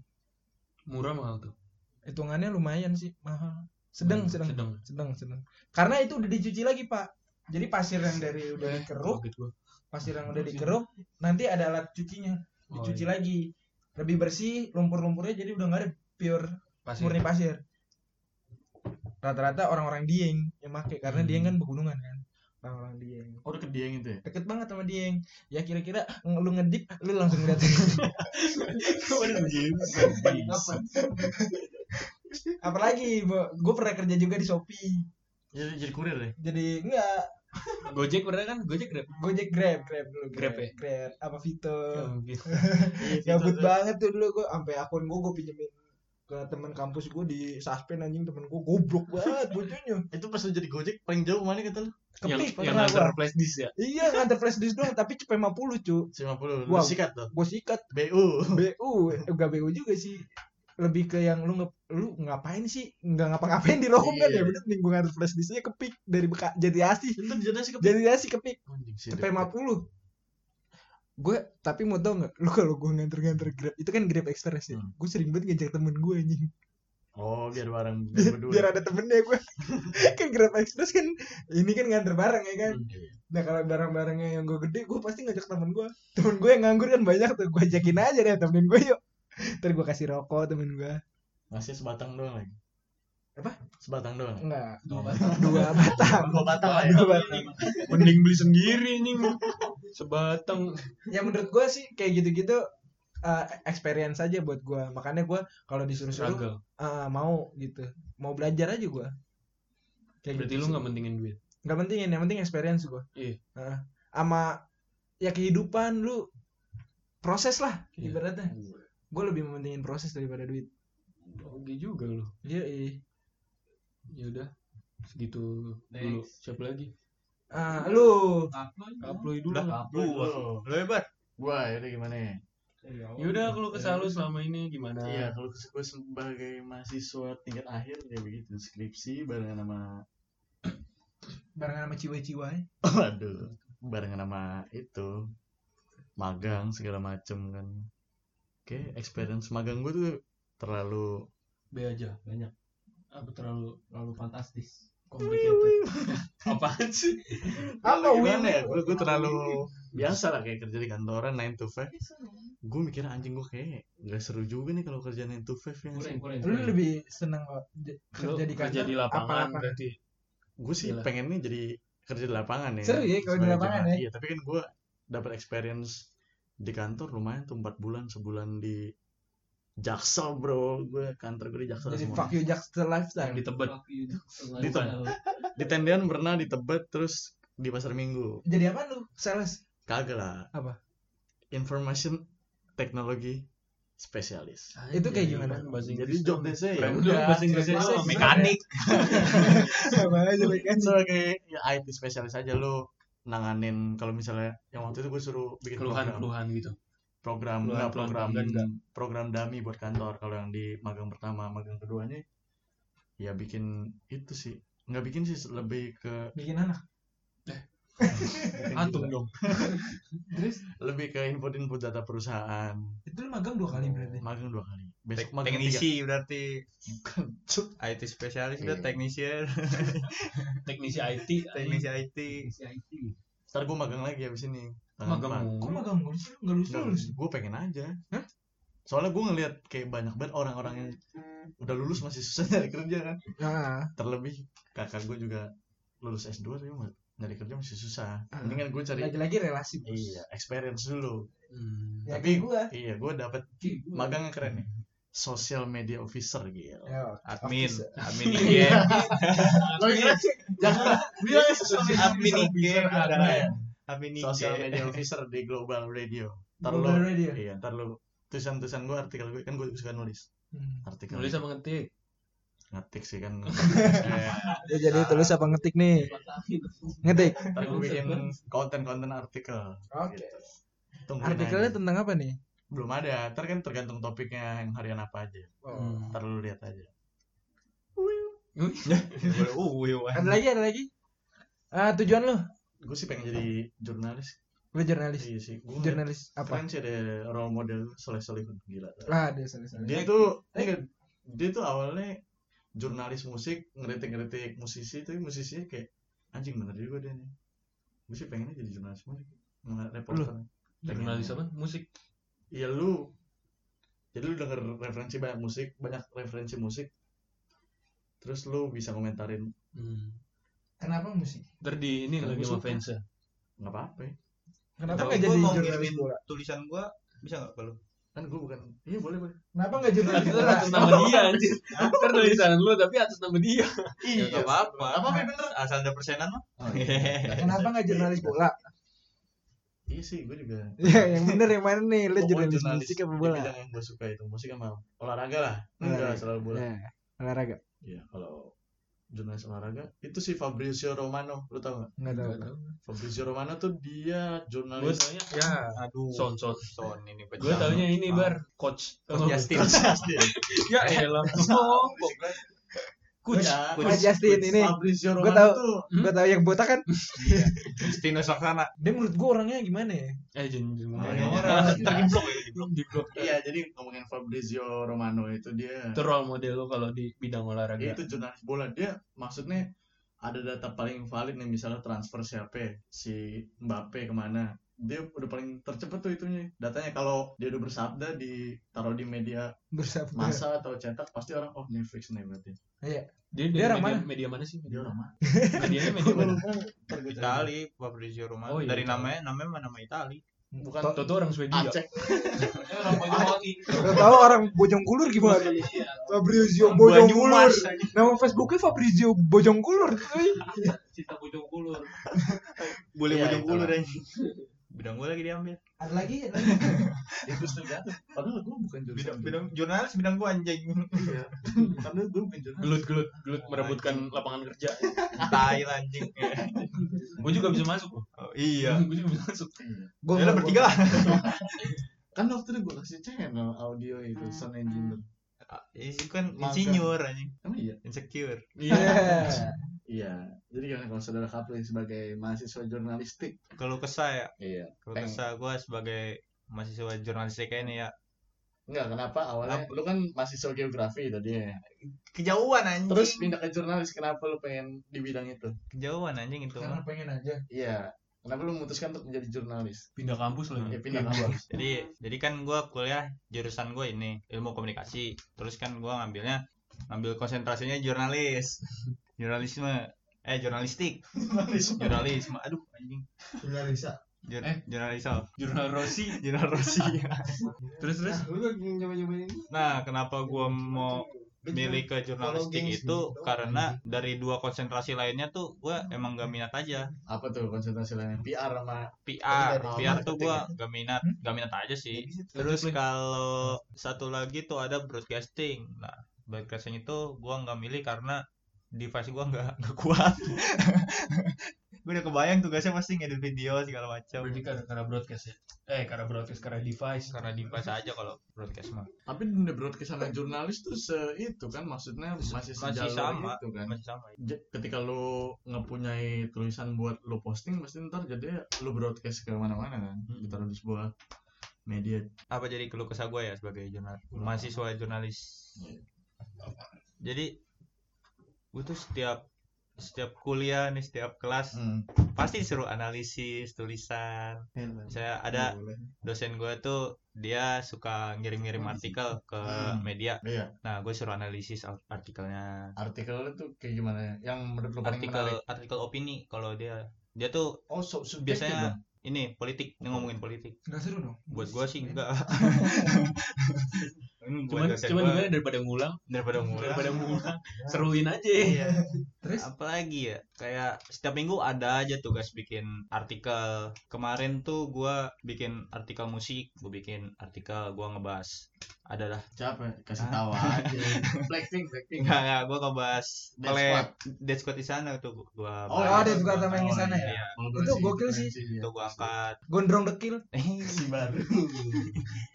Speaker 1: murah mahal tuh
Speaker 4: hitungannya lumayan sih mahal sedang sedang sedang sedang karena itu udah dicuci lagi pak jadi pasir yang dari udah
Speaker 1: Iya.
Speaker 4: dikeruk
Speaker 1: Kaget gua.
Speaker 4: pasir yang udah dikeruk nanti ada alat cucinya
Speaker 1: Iya. Oh,
Speaker 4: dicuci
Speaker 1: iya.
Speaker 4: lagi lebih bersih lumpur-lumpurnya jadi udah nggak ada pure
Speaker 1: Pasir.
Speaker 4: murni pasir rata-rata orang-orang dieng yang make karena
Speaker 1: Hmm.
Speaker 4: dieng kan pegunungan kan orang-orang dieng
Speaker 2: oh udah ke dia gitu ya
Speaker 4: deket banget sama dieng ya kira-kira ng- lu ngedip lu langsung lihat apalagi gue pernah kerja juga di shopee
Speaker 2: jadi jadi kurir ya
Speaker 4: jadi enggak
Speaker 1: Gojek pernah kan? Gojek Grab.
Speaker 4: Gojek Grab, Grab dulu.
Speaker 1: Grab ya? Oh, gitu. Iya,
Speaker 4: Grab. Apa Vito? Iya,
Speaker 1: Mungkin.
Speaker 4: Gabut banget tuh dulu gua sampai akun gua gua pinjemin ke teman kampus gua di suspend anjing temen gua goblok banget boconya.
Speaker 2: itu pas lu jadi gojek paling jauh gitu? mana kata lu
Speaker 1: Yang
Speaker 4: Kepik
Speaker 1: yang
Speaker 4: pernah gua.
Speaker 1: antar flash disk ya.
Speaker 4: Iya, nganter flash disk doang tapi cepet 50, cu.
Speaker 2: 50
Speaker 4: Wow.
Speaker 2: lu sikat tuh
Speaker 4: Gua sikat
Speaker 2: BU
Speaker 4: BU, eh, enggak BU juga sih. Lebih ke yang lu nge, lu ngapain sih? Enggak ngapa-ngapain di rokok kan
Speaker 2: Iya.
Speaker 4: ya, bener nih gua nganter flash disknya kepik dari beka, jadi asih.
Speaker 2: itu dijadinya sih ke
Speaker 4: Jadi asih kepik.
Speaker 2: Anjing sih,
Speaker 4: sampai
Speaker 2: deket.
Speaker 4: 50 gue tapi mau tau nggak lu kalau gue nganter-nganter grab itu kan grab express ya
Speaker 2: Hmm.
Speaker 4: gue sering banget ngajak temen gue anjing
Speaker 2: oh biar bareng biar
Speaker 4: biar,
Speaker 2: berdua
Speaker 4: biar ada temennya gue kan grab express kan ini kan nganter bareng ya kan
Speaker 2: Iya,
Speaker 4: nah kalau barang-barangnya yang gue gede gue pasti ngajak temen gue temen gue yang nganggur kan banyak tuh gue ajakin aja deh temenin gue yuk ntar gue kasih rokok temen gue
Speaker 2: masih sebatang doang lagi
Speaker 4: Apa?
Speaker 2: sebatang doang
Speaker 4: enggak
Speaker 1: Dua batang.
Speaker 4: dua batang
Speaker 2: dua batang lah ya
Speaker 4: dua batang
Speaker 1: Mending beli sendiri nih. Sebatang.
Speaker 4: ya menurut gue sih kayak gitu-gitu eh, experience aja buat gue makanya gue kalau disuruh-suruh
Speaker 1: Struggle.
Speaker 4: Ah, mau gitu mau belajar aja gua kayak
Speaker 1: Berarti
Speaker 4: gitu
Speaker 1: lu
Speaker 4: sih.
Speaker 1: nggak mentingin duit.
Speaker 4: nggak penting yang penting experience gua
Speaker 1: Iya.
Speaker 4: Heeh. sama ya kehidupan lu proses lah
Speaker 1: Iya.
Speaker 4: ibaratnya gue lebih mementingin proses daripada duit
Speaker 1: Oke juga lu.
Speaker 4: iya iya.
Speaker 1: Ya udah. Segitu dulu.
Speaker 6: Next.
Speaker 1: Siapa lagi?
Speaker 4: Ah, lu
Speaker 1: Kaploy dulu.
Speaker 9: Gua.
Speaker 2: Lu.
Speaker 9: lu hebat
Speaker 2: gua ini gimana ya
Speaker 1: Ya udah kalau kesal lu selama ini gimana?
Speaker 2: Iya, kalau gue sebagai mahasiswa tingkat akhir ya begitu skripsi barengan sama
Speaker 4: barengan sama ciwa-ciwa ya.
Speaker 2: waduh, barengan sama itu magang segala macem kan. Oke, experience magang gue tuh terlalu
Speaker 1: B aja.
Speaker 6: Banyak.
Speaker 1: Aku terlalu
Speaker 6: Lalu fantastis.
Speaker 1: complicated. Apaan sih?
Speaker 4: Apa, Win?
Speaker 2: gimana ya? Gue gue terlalu biasa lah kayak kerja di kantoran 9 to 5. Gue mikir anjing gue kayak nggak seru juga nih kalau kerja 9 to 5 ya.
Speaker 6: Kurang, kurang.
Speaker 4: lu lebih seneng kok j-
Speaker 1: Lu
Speaker 4: kerja di kantor
Speaker 1: di
Speaker 4: apa
Speaker 1: lapangan
Speaker 4: lapangan?
Speaker 1: berarti.
Speaker 2: Gue sih
Speaker 1: Gila.
Speaker 2: pengennya jadi kerja di lapangan ya.
Speaker 4: Seru ya kalau di
Speaker 2: Sebagai
Speaker 4: lapangan
Speaker 2: jurna-
Speaker 4: ya.
Speaker 2: Iya, tapi kan gue dapat experience di kantor lumayan tuh 4 bulan, sebulan di Jaksel bro, gue kantor gue di Jaksel
Speaker 4: jadi
Speaker 2: semua.
Speaker 4: fuck you Jackson lifestyle
Speaker 1: Yang di Tebet.
Speaker 2: Di Di tendean pernah di Tebet, terus di pasar minggu.
Speaker 4: jadi apa lu sales
Speaker 2: Kagak lah.
Speaker 4: Apa?
Speaker 2: Information teknologi spesialis.
Speaker 4: Itu
Speaker 6: Iya,
Speaker 4: kayak gimana?
Speaker 1: Bahasa
Speaker 2: Jadi
Speaker 1: Inggris
Speaker 2: job desa ya.
Speaker 1: Keren dong, bahasa Inggrisnya
Speaker 4: Bahasa
Speaker 1: doang,
Speaker 4: Inggris.
Speaker 1: mekanik.
Speaker 4: sama aja kan
Speaker 2: Sebagai ya, IT spesialis aja lo nanganin kalau misalnya yang waktu itu gue suruh bikin program.
Speaker 1: Keluhan-keluhan gitu.
Speaker 2: program
Speaker 10: Pelan-pelan,
Speaker 2: enggak program
Speaker 10: pelan-pelan.
Speaker 2: program dami buat kantor kalau yang di magang pertama magang keduanya ya bikin itu sih nggak bikin sih lebih ke
Speaker 1: bikin anak antum dong terus
Speaker 2: lebih ke input-input data perusahaan
Speaker 1: itu lu magang dua kali berarti
Speaker 2: magang dua kali
Speaker 9: Tek-
Speaker 2: besok magang tiga
Speaker 9: teknisi berarti IT spesialis udah
Speaker 6: Iya.
Speaker 9: teknisi ya
Speaker 1: teknisi IT
Speaker 9: teknisi IT
Speaker 6: Teknisi IT.
Speaker 2: ntar gue magang lagi abis ini
Speaker 1: magang kok magang mulu sih nggak lulus lulus
Speaker 4: Hmm.
Speaker 2: gue pengen aja
Speaker 1: Hah?
Speaker 2: soalnya gue ngelihat kayak banyak banget orang-orang yang udah lulus masih susah nyari kerja kan
Speaker 4: Nah,
Speaker 2: terlebih kakak gue juga lulus S2 tapi mau nyari kerja masih susah
Speaker 4: Ah.
Speaker 2: mendingan gue cari
Speaker 4: lagi-lagi relasi bos.
Speaker 2: iya experience dulu
Speaker 9: Hmm.
Speaker 4: Ya,
Speaker 2: Tapi-
Speaker 4: kayak gua.
Speaker 2: iya gue dapet magang yang keren nih social media officer gitu
Speaker 4: Ya,
Speaker 9: admin
Speaker 4: Office.
Speaker 9: admin IG
Speaker 2: jangan bilang social
Speaker 9: admin IG
Speaker 2: media
Speaker 9: ya? admin IG
Speaker 2: social
Speaker 5: Iya.
Speaker 2: media officer di global radio ntar lu
Speaker 1: Global Radio.
Speaker 2: iya ntar lu tulisan-tulisan gue artikel gue kan gue suka nulis
Speaker 4: Hmm.
Speaker 2: artikel
Speaker 6: Nulis sama ngetik.
Speaker 2: ngetik sih kan
Speaker 4: Ya, jadi tulis apa ngetik nih? Ngetik.
Speaker 2: ntar gue bikin konten-konten artikel
Speaker 4: Oke.
Speaker 2: gitu. Tungguin
Speaker 4: Artikelnya
Speaker 2: aja.
Speaker 4: tentang apa nih?
Speaker 2: belum ada ntar kan tergantung topiknya yang harian apa aja
Speaker 1: Hmm.
Speaker 2: ntar lu lihat aja
Speaker 9: Uh, iya,
Speaker 4: Ada lagi, ada lagi. Ah, tujuan lu?
Speaker 2: gue sih pengen jadi jurnalis
Speaker 4: Lu jurnalis.
Speaker 2: iya sih gue
Speaker 4: Jurnalis apa?
Speaker 2: keren sih ada role model Soleh Solihun gila
Speaker 4: Lah, dia sorry, sorry.
Speaker 2: dia tuh
Speaker 6: gitu.
Speaker 2: dia, dia tuh awalnya jurnalis musik ngeritik-ngeritik musisi tapi musisinya kayak anjing bener juga dia nih gue sih pengennya jadi jurnalis musik nggak reporter
Speaker 6: Jurnalis apa? Musik.
Speaker 2: Iya lu jadi lu denger referensi banyak musik banyak referensi musik terus lu bisa komentarin
Speaker 1: kenapa musik
Speaker 6: Ntar di ini lagi sama
Speaker 2: Musik.
Speaker 6: fans ya?
Speaker 2: nggak apa-apa ya.
Speaker 4: Kenapa
Speaker 9: Tapi
Speaker 4: nggak
Speaker 9: gua
Speaker 4: jadi
Speaker 9: mau
Speaker 4: jurnalis
Speaker 9: ngirimin
Speaker 4: bola?
Speaker 9: tulisan gua bisa nggak kalau
Speaker 2: kan gue bukan iya boleh boleh
Speaker 4: Kenapa nggak jurnalis bola?
Speaker 6: atas nama dia anjir. Ntar tulisan lu tapi atas nama dia.
Speaker 9: iya nggak apa-apa apa bener Oh, iya. asal ada persenan mah
Speaker 4: Kenapa nggak jurnalis bola?
Speaker 2: iya sih gue juga
Speaker 4: Ya, yang bener yang mana nih? Lu
Speaker 2: Pokoknya Iya,
Speaker 4: jurnalis musik apa
Speaker 2: di
Speaker 4: bola?
Speaker 2: bidang yang gue suka itu musik sama olahraga lah enggak
Speaker 4: Olahraga.
Speaker 2: selalu bola
Speaker 4: Ya, olahraga.
Speaker 2: Iya, kalau jurnalis olahraga itu si Fabrizio Romano, lu tau gak?
Speaker 4: Enggak tahu.
Speaker 2: Fabrizio Romano tuh dia
Speaker 6: Gue
Speaker 2: jurnalis
Speaker 6: taunya
Speaker 4: Ya.
Speaker 9: aduh
Speaker 6: Son Son.
Speaker 9: son ini pecah
Speaker 6: Gue taunya ini
Speaker 4: Ah.
Speaker 6: bar coach.
Speaker 9: Coach Justin
Speaker 6: Ya elah. Sombong. Coach.
Speaker 4: Mas Justin ini,
Speaker 2: Fabrizio Romano
Speaker 4: gua tahu.
Speaker 2: tuh
Speaker 4: gua tahu yang botak kan?
Speaker 9: Justino Saksana
Speaker 4: Dia menurut gua orangnya gimana ya?
Speaker 6: Eh jangan
Speaker 2: Oh,
Speaker 6: ngomongin
Speaker 2: iya.
Speaker 6: orang.
Speaker 2: Ntar
Speaker 6: Ntar di blok ya, di blok di blok.
Speaker 2: iya jadi ngomongin Fabrizio Romano itu dia
Speaker 6: Itu role model lo kalau di bidang
Speaker 2: dia
Speaker 6: olahraga.
Speaker 2: itu jurnalis bola dia maksudnya ada data paling valid nih misalnya transfer siapa ya, si Mbappe kemana dia udah paling tercepet tuh itunya datanya kalau dia udah bersabda ditaruh di media
Speaker 4: Bersama.
Speaker 2: massa atau cetak pasti orang oh Netflix nih berarti
Speaker 6: Dia,
Speaker 4: Dia
Speaker 6: dari
Speaker 4: orang
Speaker 6: media, media mana sih?
Speaker 2: dia
Speaker 6: Media,
Speaker 2: orang mana
Speaker 6: medianya media mana? Eh,
Speaker 9: Itali Fabrizio Romano
Speaker 6: Oh, iya.
Speaker 9: dari namanya namanya mana nama Itali
Speaker 2: bukan
Speaker 6: Toto orang Swedia.
Speaker 2: Aceh
Speaker 4: Gak tahu orang Bojongkulur gimana? Fabrizio Bojongkulur. Nama Facebooknya Fabrizio Bojongkulur. cuy.
Speaker 6: Cinta Bojong Kulur.
Speaker 9: boleh
Speaker 2: Iya,
Speaker 9: bujung bulu
Speaker 2: itulah.
Speaker 9: dan bidang gue lagi diambil
Speaker 4: Ada lagi?
Speaker 2: itu sudah padahal gue bukan
Speaker 9: bidang
Speaker 2: jurusan
Speaker 9: bidang jurnalis bidang gue anjing
Speaker 2: karena gue bukan jurusan
Speaker 6: Gelut gelut gelut merebutkan lapangan kerja.
Speaker 9: tai lah, anjing
Speaker 6: Gue juga bisa masuk.
Speaker 9: oh, iya
Speaker 6: Gue juga bisa masuk.
Speaker 4: Gue
Speaker 9: ya lah bertiga lah
Speaker 2: kan waktu itu gue kasih channel audio itu sound engineer
Speaker 9: itu kan
Speaker 2: Magang.
Speaker 9: insinyur anjing
Speaker 2: emang iya
Speaker 9: insecure
Speaker 2: iya jadi gimana kalau saudara Kapli sebagai mahasiswa jurnalistik
Speaker 9: kalau kesah ya
Speaker 2: iya
Speaker 9: kalau
Speaker 2: Peng-
Speaker 9: kesah gue sebagai mahasiswa jurnalistik ini ya
Speaker 2: enggak kenapa awalnya lu kan mahasiswa geografi tadi ya
Speaker 9: kejauhan anjing
Speaker 2: terus pindah ke jurnalis kenapa lu pengen di bidang itu
Speaker 9: kejauhan anjing itu
Speaker 1: karena
Speaker 9: mah
Speaker 1: pengen aja
Speaker 2: iya kenapa lu memutuskan untuk menjadi jurnalis
Speaker 6: Pindah kampus
Speaker 2: ya
Speaker 6: lagi.
Speaker 2: pindah kampus
Speaker 9: jadi jadi kan gue kuliah jurusan gue ini ilmu komunikasi terus kan gue ngambilnya ngambil konsentrasinya jurnalis jurnalisme eh jurnalistik jurnalisme aduh anjing
Speaker 5: Jurnalisa.
Speaker 9: Jur
Speaker 6: Eh.
Speaker 9: jurnalisme
Speaker 6: Jurnal Rossi.
Speaker 9: jurnal Rossi
Speaker 6: Terus terus.
Speaker 5: Lu lagi nyoba-nyoba ini.
Speaker 9: nah kenapa gue mau milih ke jurnalistik
Speaker 5: Kalau geng
Speaker 9: itu
Speaker 5: sendiri.
Speaker 9: karena dari dua konsentrasi lainnya tuh gue emang gak minat aja
Speaker 2: apa tuh konsentrasi lainnya PR sama
Speaker 5: Tapi
Speaker 9: PR
Speaker 5: dari
Speaker 9: PR
Speaker 5: awal
Speaker 9: tuh
Speaker 5: penting
Speaker 9: gue gak minat gak minat aja sih terus kalau satu lagi tuh ada broadcasting nah broadcasting itu gue nggak milih karena device gue nggak nggak kuat gue udah kebayang tugasnya pasti ngedit video segala macam
Speaker 1: Berarti karena, karena broadcast ya. Eh, karena broadcast karena device.
Speaker 9: karena device aja kalau broadcast mah
Speaker 2: Tapi di broadcast sama jurnalis tuh se itu kan maksudnya masih
Speaker 9: masih
Speaker 2: sejalur
Speaker 9: sama
Speaker 2: itu kan.
Speaker 9: masih sama ya?
Speaker 2: J- Ketika lu ngepunyai tulisan buat lu posting pasti ntar jadi lu broadcast ke mana-mana kan.
Speaker 9: Hmm.
Speaker 2: Ditaruh di sebuah media.
Speaker 9: apa jadi keluh kesah gue ya sebagai jurnal mahasiswa jurnalis
Speaker 2: Iya.
Speaker 9: jadi gue tuh setiap setiap kuliah nih setiap kelas pasti disuruh analisis tulisan
Speaker 2: Iya,
Speaker 9: saya ada dosen gue tuh dia suka ngirim-ngirim artikel ke
Speaker 2: Hmm.
Speaker 9: media.
Speaker 2: Iya.
Speaker 9: Nah, gue suruh analisis ar- artikelnya.
Speaker 2: Artikel itu kayak gimana ya? Yang menurut lu paling menarik?
Speaker 9: Artikel artikel opini kalau dia dia tuh
Speaker 2: Oh, sub subjektif
Speaker 9: biasanya
Speaker 2: dong.
Speaker 9: ini politik, dia ngomongin politik.
Speaker 4: Enggak seru dong.
Speaker 9: Buat gue sih
Speaker 2: Iya.
Speaker 9: enggak. Ini buat
Speaker 1: Cuman
Speaker 9: dosen
Speaker 1: cuman
Speaker 9: gua,
Speaker 1: gimana daripada ngulang,
Speaker 9: daripada mulai
Speaker 1: daripada ngulang, seruin aja.
Speaker 9: Iya.
Speaker 4: Terus?
Speaker 9: Apalagi ya, kayak setiap minggu ada aja tugas bikin artikel. Kemarin tuh gua bikin artikel musik, gue bikin artikel, gua ngebahas. Ada dah.
Speaker 2: Siapa? Kasih
Speaker 9: Ah.
Speaker 2: tahu aja. Blackpink,
Speaker 4: Iya.
Speaker 2: Blackpink.
Speaker 9: Enggak, enggak, gue ngebahas
Speaker 2: Dead
Speaker 9: oleh
Speaker 2: Squad.
Speaker 9: Dead Squad di sana tuh gua
Speaker 2: Oh,
Speaker 4: Oh,
Speaker 9: bahas.
Speaker 4: ada juga sama yang di sana ya.
Speaker 9: Iya,
Speaker 2: Walaupun
Speaker 4: Itu
Speaker 2: sih,
Speaker 4: gokil
Speaker 2: keren
Speaker 4: sih.
Speaker 2: iya.
Speaker 9: itu gua angkat.
Speaker 4: Gondrong dekil.
Speaker 2: Si baru.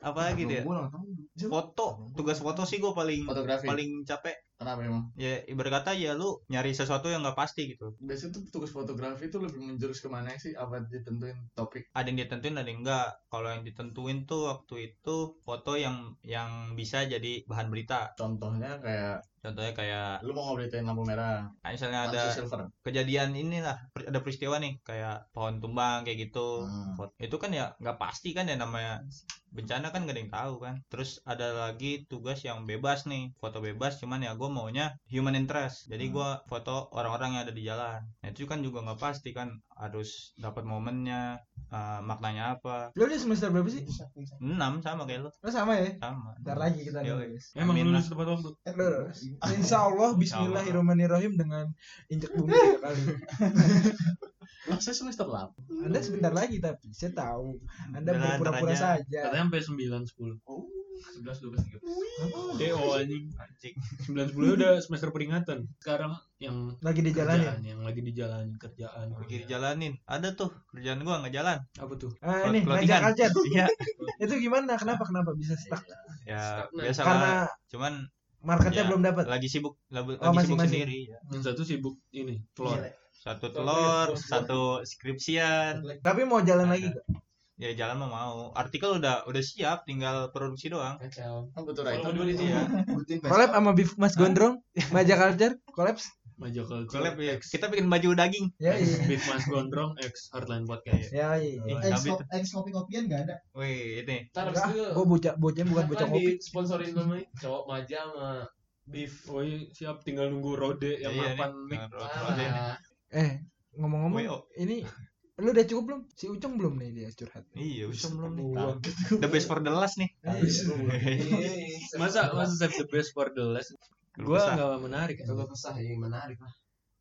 Speaker 9: Apalagi
Speaker 2: Belum
Speaker 9: dia?
Speaker 2: pulang, tahu.
Speaker 9: Foto, tugas foto sih gua paling
Speaker 2: Fotografi.
Speaker 9: paling capek.
Speaker 2: Kenapa emang?
Speaker 9: Ya ibarat kata ya lu nyari sesuatu yang nggak pasti gitu.
Speaker 2: Biasanya tuh tugas fotografi itu lebih menjurus kemana sih? Apa ditentuin topik?
Speaker 9: Ada yang ditentuin ada yang enggak. Kalau yang ditentuin tuh waktu itu foto yang yang bisa jadi bahan berita.
Speaker 2: Contohnya kayak
Speaker 9: Contohnya kayak
Speaker 2: lu mau ngobrolin lampu merah,
Speaker 9: ah, misalnya
Speaker 2: ada
Speaker 9: ada
Speaker 2: silver.
Speaker 9: kejadian inilah, per- ada peristiwa nih kayak pohon tumbang kayak gitu.
Speaker 2: Hmm.
Speaker 9: Pot- itu kan ya nggak pasti kan ya namanya bencana kan gak ada yang tahu kan terus ada lagi tugas yang bebas nih foto bebas cuman ya gue maunya human interest jadi
Speaker 2: Hmm.
Speaker 9: gua foto orang-orang yang ada di jalan nah itu kan juga nggak pasti kan harus dapat momennya eh, maknanya apa
Speaker 4: Lu di semester berapa sih?
Speaker 9: enam sama kayak lo
Speaker 4: Lu sama ya?
Speaker 9: sama
Speaker 4: Ntar lagi kita
Speaker 9: Yo,
Speaker 4: nulis.
Speaker 1: Emang
Speaker 9: Amin
Speaker 1: lulus tepat waktu.
Speaker 4: Eh, lurus. Insya Allah Bismillahirrahmanirrahim dengan injek bumi tiga kali.
Speaker 2: Lah saya semester 8.
Speaker 4: Anda sebentar lagi tapi saya tahu Anda
Speaker 9: Udah lah, ntar
Speaker 4: berpura-pura
Speaker 9: aja.
Speaker 4: saja.
Speaker 1: Katanya sampai 9 10. 11 12 13. DO anjing.
Speaker 9: anjing
Speaker 1: 9 10 udah semester peringatan. Sekarang yang
Speaker 4: Lagi di jalan ya.
Speaker 1: kerjaan, yang lagi di jalan kerjaan.
Speaker 9: lagi dijalanin ada tuh kerjaan gua nggak jalan
Speaker 1: Apa tuh?
Speaker 4: Ah, ini ngajak
Speaker 9: Clothingan.
Speaker 4: aja.
Speaker 9: iya
Speaker 4: Itu gimana? Kenapa kenapa bisa stuck?
Speaker 9: ya
Speaker 6: Stagnan.
Speaker 9: biasa
Speaker 4: Karena
Speaker 9: lah cuman
Speaker 4: marketnya
Speaker 9: Ya.
Speaker 4: belum dapat.
Speaker 9: lagi sibuk lagi
Speaker 4: Oh,
Speaker 9: sibuk
Speaker 4: masing-masing.
Speaker 9: sendiri ya.
Speaker 1: Yang satu sibuk ini, telur.
Speaker 9: satu telur satu skripsian
Speaker 4: Tapi mau jalan
Speaker 9: Ada.
Speaker 4: lagi nggak?
Speaker 9: ya jalan mah mau artikel udah udah siap tinggal produksi doang
Speaker 2: Kan butuh
Speaker 1: Kalau
Speaker 2: writer.
Speaker 1: bener itu ya.
Speaker 5: Butuh
Speaker 4: Collab
Speaker 5: investor.
Speaker 4: sama Bif- Mas Gondrong, Maja Culture, collabs.
Speaker 1: Majo Culture
Speaker 9: Collab ya.
Speaker 1: X.
Speaker 9: kita bikin baju daging
Speaker 4: Ya,
Speaker 1: X
Speaker 4: iya.
Speaker 1: Big Mas Gondrong X Hardline Podcast.
Speaker 4: Ya, iya.
Speaker 9: Ih,
Speaker 11: Ex,
Speaker 9: tapi
Speaker 11: ko- ex kopi-kopian gak ada.
Speaker 9: wih ini
Speaker 6: Ntar
Speaker 4: Enggak,
Speaker 6: abis itu
Speaker 4: Gue Ah, bocah bocah bukan bocah
Speaker 6: kan
Speaker 4: kopi.
Speaker 6: di sponsorin dulu nih. Cowok maja sama beef.
Speaker 1: Oh iya, siap tinggal nunggu Rode yang
Speaker 9: Iya,
Speaker 1: mapan mic.
Speaker 9: nih. Nah, bro, bro, ini.
Speaker 6: Ah,
Speaker 4: Eh, ngomong-ngomong,
Speaker 9: Weo.
Speaker 4: ini lu udah cukup belum? Si Uceng belum nih dia curhat. Iya.
Speaker 9: iya usah belum nih
Speaker 4: Belum.
Speaker 9: the best for the last nih
Speaker 1: Masa masa save the best for the last. Gua
Speaker 9: Kesah.
Speaker 1: enggak menarik.
Speaker 6: Kalau kesah ini menarik lah.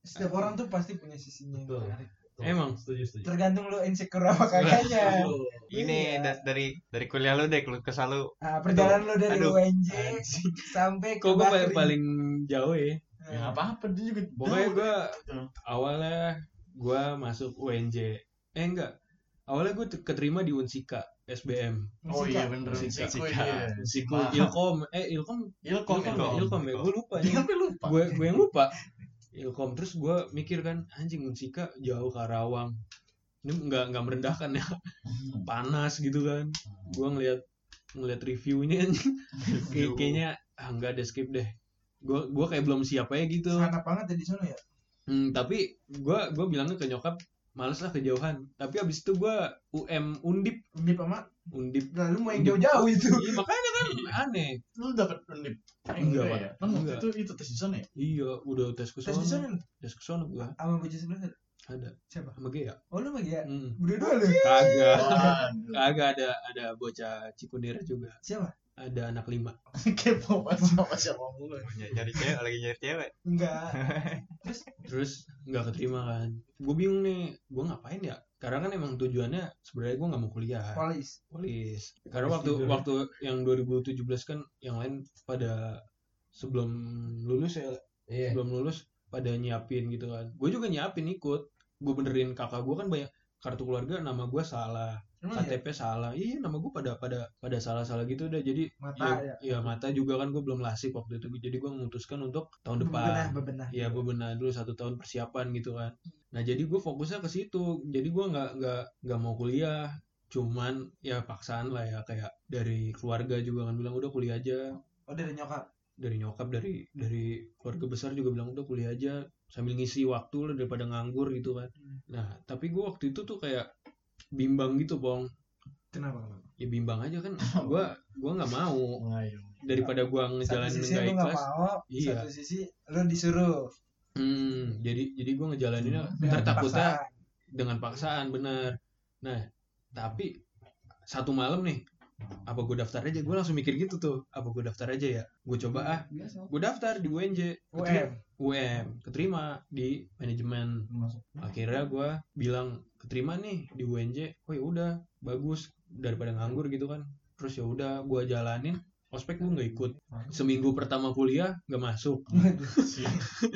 Speaker 4: Setiap orang tuh pasti punya sisinya.
Speaker 6: Betul.
Speaker 1: Emang setuju setuju.
Speaker 4: Tergantung lu insecure apa kagaknya.
Speaker 9: ini
Speaker 4: Iya.
Speaker 9: da- dari dari kuliah lu deh lu kesal lu
Speaker 4: Ah, perjalanan lu dari
Speaker 9: Aduh.
Speaker 4: UNJ sampai ke
Speaker 1: Kok gue paling,
Speaker 4: Bakri. Ah,
Speaker 1: paling jauh ya?
Speaker 2: Ya nggak apa-apa dia juga.
Speaker 1: Pokoknya gue awalnya gue masuk UNJ. Eh enggak, awalnya gue keterima di Unsika SBM.
Speaker 2: Oh iya
Speaker 4: Musika.
Speaker 2: bener.
Speaker 1: Musika.
Speaker 2: Siku, iya.
Speaker 1: Unsiku
Speaker 2: Mahal.
Speaker 1: Ilkom, eh Ilkom,
Speaker 2: Ilkom.
Speaker 1: Ilkom, ya? Ilkom
Speaker 2: Ilkom.
Speaker 1: ya, gue lupa.
Speaker 4: kan
Speaker 2: Dia sampai lupa.
Speaker 1: Gue gue yang lupa. Ilkom terus gue mikir kan anjing Unsika jauh Karawang. Ini enggak enggak merendahkan ya. Panas gitu kan. Gue ngeliat ngeliat reviewnya anjing. Kayak- kayaknya ah, enggak ada skip deh. Gue gue kayak belum siap aja gitu.
Speaker 4: Sangat banget ya di sana ya.
Speaker 1: Hmm, tapi gua gua bilangnya ke nyokap males lah kejauhan. Tapi abis itu gua UM undip
Speaker 4: Undip sama
Speaker 1: undip.
Speaker 4: lalu mau yang
Speaker 1: Undip.
Speaker 4: jauh-jauh itu.
Speaker 1: Iya, makanya kan aneh.
Speaker 2: Lu dapat undip.
Speaker 1: Enggak, Pak.
Speaker 2: ya. Kan waktu
Speaker 1: Enggak.
Speaker 2: itu itu tes season ya?
Speaker 1: Iya, udah tes ke
Speaker 4: Tes di
Speaker 1: sono.
Speaker 4: sana lu
Speaker 1: Tes ke sono gua
Speaker 4: sama bocah sebelah.
Speaker 1: ada
Speaker 4: Siapa?
Speaker 1: sama Gea.
Speaker 4: Oh lu lagi ya?
Speaker 1: Hmm.
Speaker 4: Berdua lu.
Speaker 1: Kagak.
Speaker 2: Waduh.
Speaker 1: Kagak ada ada bocah Cikundera juga.
Speaker 4: Siapa?
Speaker 1: Ada anak lima.
Speaker 2: Kepo banget sama siapa mulu.
Speaker 9: Ny- nyari cewek lagi nyari cewek
Speaker 4: Enggak.
Speaker 1: Terus nggak keterima kan. Gue bingung nih, gua ngapain ya? Karena kan emang tujuannya sebenarnya gua nggak mau kuliah.
Speaker 4: Polis.
Speaker 1: Polis. Karena waktu
Speaker 2: tidur.
Speaker 1: waktu yang 2017 kan yang lain pada sebelum lulus ya
Speaker 6: Iya.
Speaker 1: sebelum lulus pada nyiapin gitu kan gue juga nyiapin ikut
Speaker 2: gue benerin kakak gue kan banyak kartu keluarga nama gue salah
Speaker 4: Emang iya?
Speaker 2: KTP salah iya nama gue pada pada pada salah salah gitu udah jadi
Speaker 4: Mata
Speaker 2: ya, ya, mata juga kan gue belum lasik waktu itu jadi gue memutuskan untuk tahun
Speaker 4: Bebenah,
Speaker 2: depan
Speaker 4: bebenah.
Speaker 2: ya gue benar dulu satu tahun persiapan gitu kan nah jadi gue fokusnya ke situ jadi gue nggak nggak nggak mau kuliah cuman ya paksaan lah ya kayak dari keluarga juga kan bilang udah kuliah aja
Speaker 4: Oh, dari nyokap.
Speaker 2: dari nyokap dari dari keluarga besar juga bilang udah kuliah aja sambil ngisi waktu lah daripada nganggur gitu kan
Speaker 4: Hmm.
Speaker 2: nah tapi gue waktu itu tuh kayak bimbang gitu pong
Speaker 4: Kenapa? kenapa?
Speaker 2: ya bimbang aja kan gue gua nggak mau daripada gue
Speaker 4: Satu
Speaker 2: ngejalanin
Speaker 4: sisi
Speaker 2: nggak
Speaker 4: lu nggak
Speaker 2: ikhlas
Speaker 4: mau,
Speaker 2: Iya.
Speaker 4: satu sisi lu disuruh.
Speaker 2: Hmm, jadi jadi gue ngejalaninnya ntar
Speaker 4: Dengan
Speaker 2: takutnya
Speaker 4: paksaan.
Speaker 2: dengan paksaan bener nah tapi satu malam nih apa gue daftar aja gue langsung mikir gitu tuh apa gue daftar aja ya gue coba ah gue daftar di UNJ
Speaker 4: UM.
Speaker 2: UM keterima di manajemen akhirnya gue bilang keterima nih di UNJ oh ya udah bagus daripada nganggur gitu kan terus ya udah gue jalanin ospek gue nggak ikut seminggu pertama kuliah nggak masuk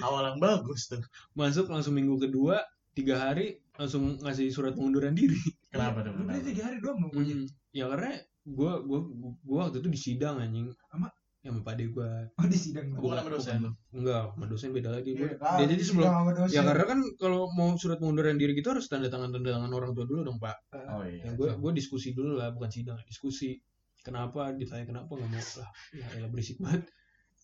Speaker 5: awal yang bagus tuh
Speaker 2: masuk langsung minggu kedua tiga hari langsung ngasih surat pengunduran diri
Speaker 5: kenapa tuh
Speaker 4: Lu berarti
Speaker 5: kenapa?
Speaker 4: tiga hari doang nunggu
Speaker 2: Hmm, ya karena gue gua gua waktu itu di sidang anjing
Speaker 4: Sama?
Speaker 2: ya sama pade gue
Speaker 4: Oh, di sidang.
Speaker 5: Bukan sama dosen.
Speaker 2: enggak sama dosen beda lagi
Speaker 4: Iya,
Speaker 2: gua,
Speaker 4: tahu,
Speaker 2: ya, jadi
Speaker 4: sidang
Speaker 2: sebelum
Speaker 4: sama dosen.
Speaker 2: ya karena kan kalau mau surat pengunduran diri gitu harus tanda tangan tanda tangan orang tua dulu dong pak
Speaker 5: oh iya
Speaker 2: ya gue gue diskusi dulu lah bukan sidang diskusi kenapa ditanya kenapa nggak mau lah ya elah berisik banget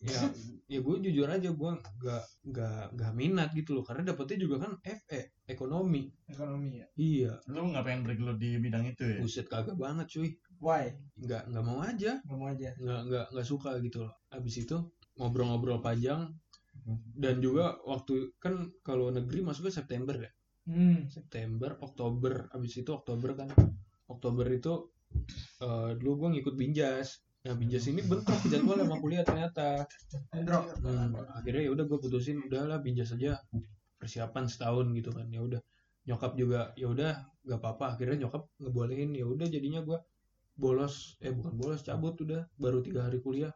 Speaker 2: ya ya gue jujur aja gue nggak nggak nggak minat gitu loh karena dapetnya juga kan FE ekonomi
Speaker 4: ekonomi ya.
Speaker 2: iya
Speaker 5: lu nggak pengen bergelut di bidang itu ya
Speaker 2: buset kagak banget cuy
Speaker 4: Why?
Speaker 2: nggak nggak mau aja
Speaker 4: Nggak mau aja.
Speaker 2: nggak nggak nggak suka gitu loh abis itu ngobrol-ngobrol panjang dan juga waktu kan kalau negeri masuknya September ya
Speaker 4: Hmm.
Speaker 2: September Oktober abis itu Oktober kan Oktober itu eh, dulu gue ngikut binjas nah binjas
Speaker 5: Hmm.
Speaker 2: ini bentrok jadwal sama kuliah ternyata
Speaker 4: Bentrok.
Speaker 2: Hmm, akhirnya ya udah gue putusin udahlah binjas aja persiapan setahun gitu kan ya udah nyokap juga ya udah nggak apa-apa akhirnya nyokap ngebolehin ya udah jadinya gue bolos eh bukan bolos cabut udah baru tiga hari kuliah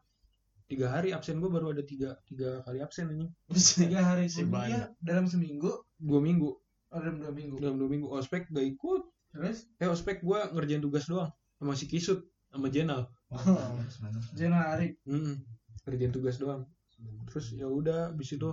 Speaker 2: tiga hari absen gue baru ada tiga tiga kali absen ini
Speaker 4: Tiga hari
Speaker 5: Si
Speaker 4: kuliah dalam seminggu,
Speaker 2: dua minggu
Speaker 4: oh, dalam dua minggu.
Speaker 2: dalam dua minggu ospek gak ikut
Speaker 4: Terus
Speaker 2: eh ospek gue ngerjain tugas doang sama si kisut sama jenal
Speaker 4: Januari.
Speaker 2: Mm-mm. ngerjain tugas doang terus ya udah abis itu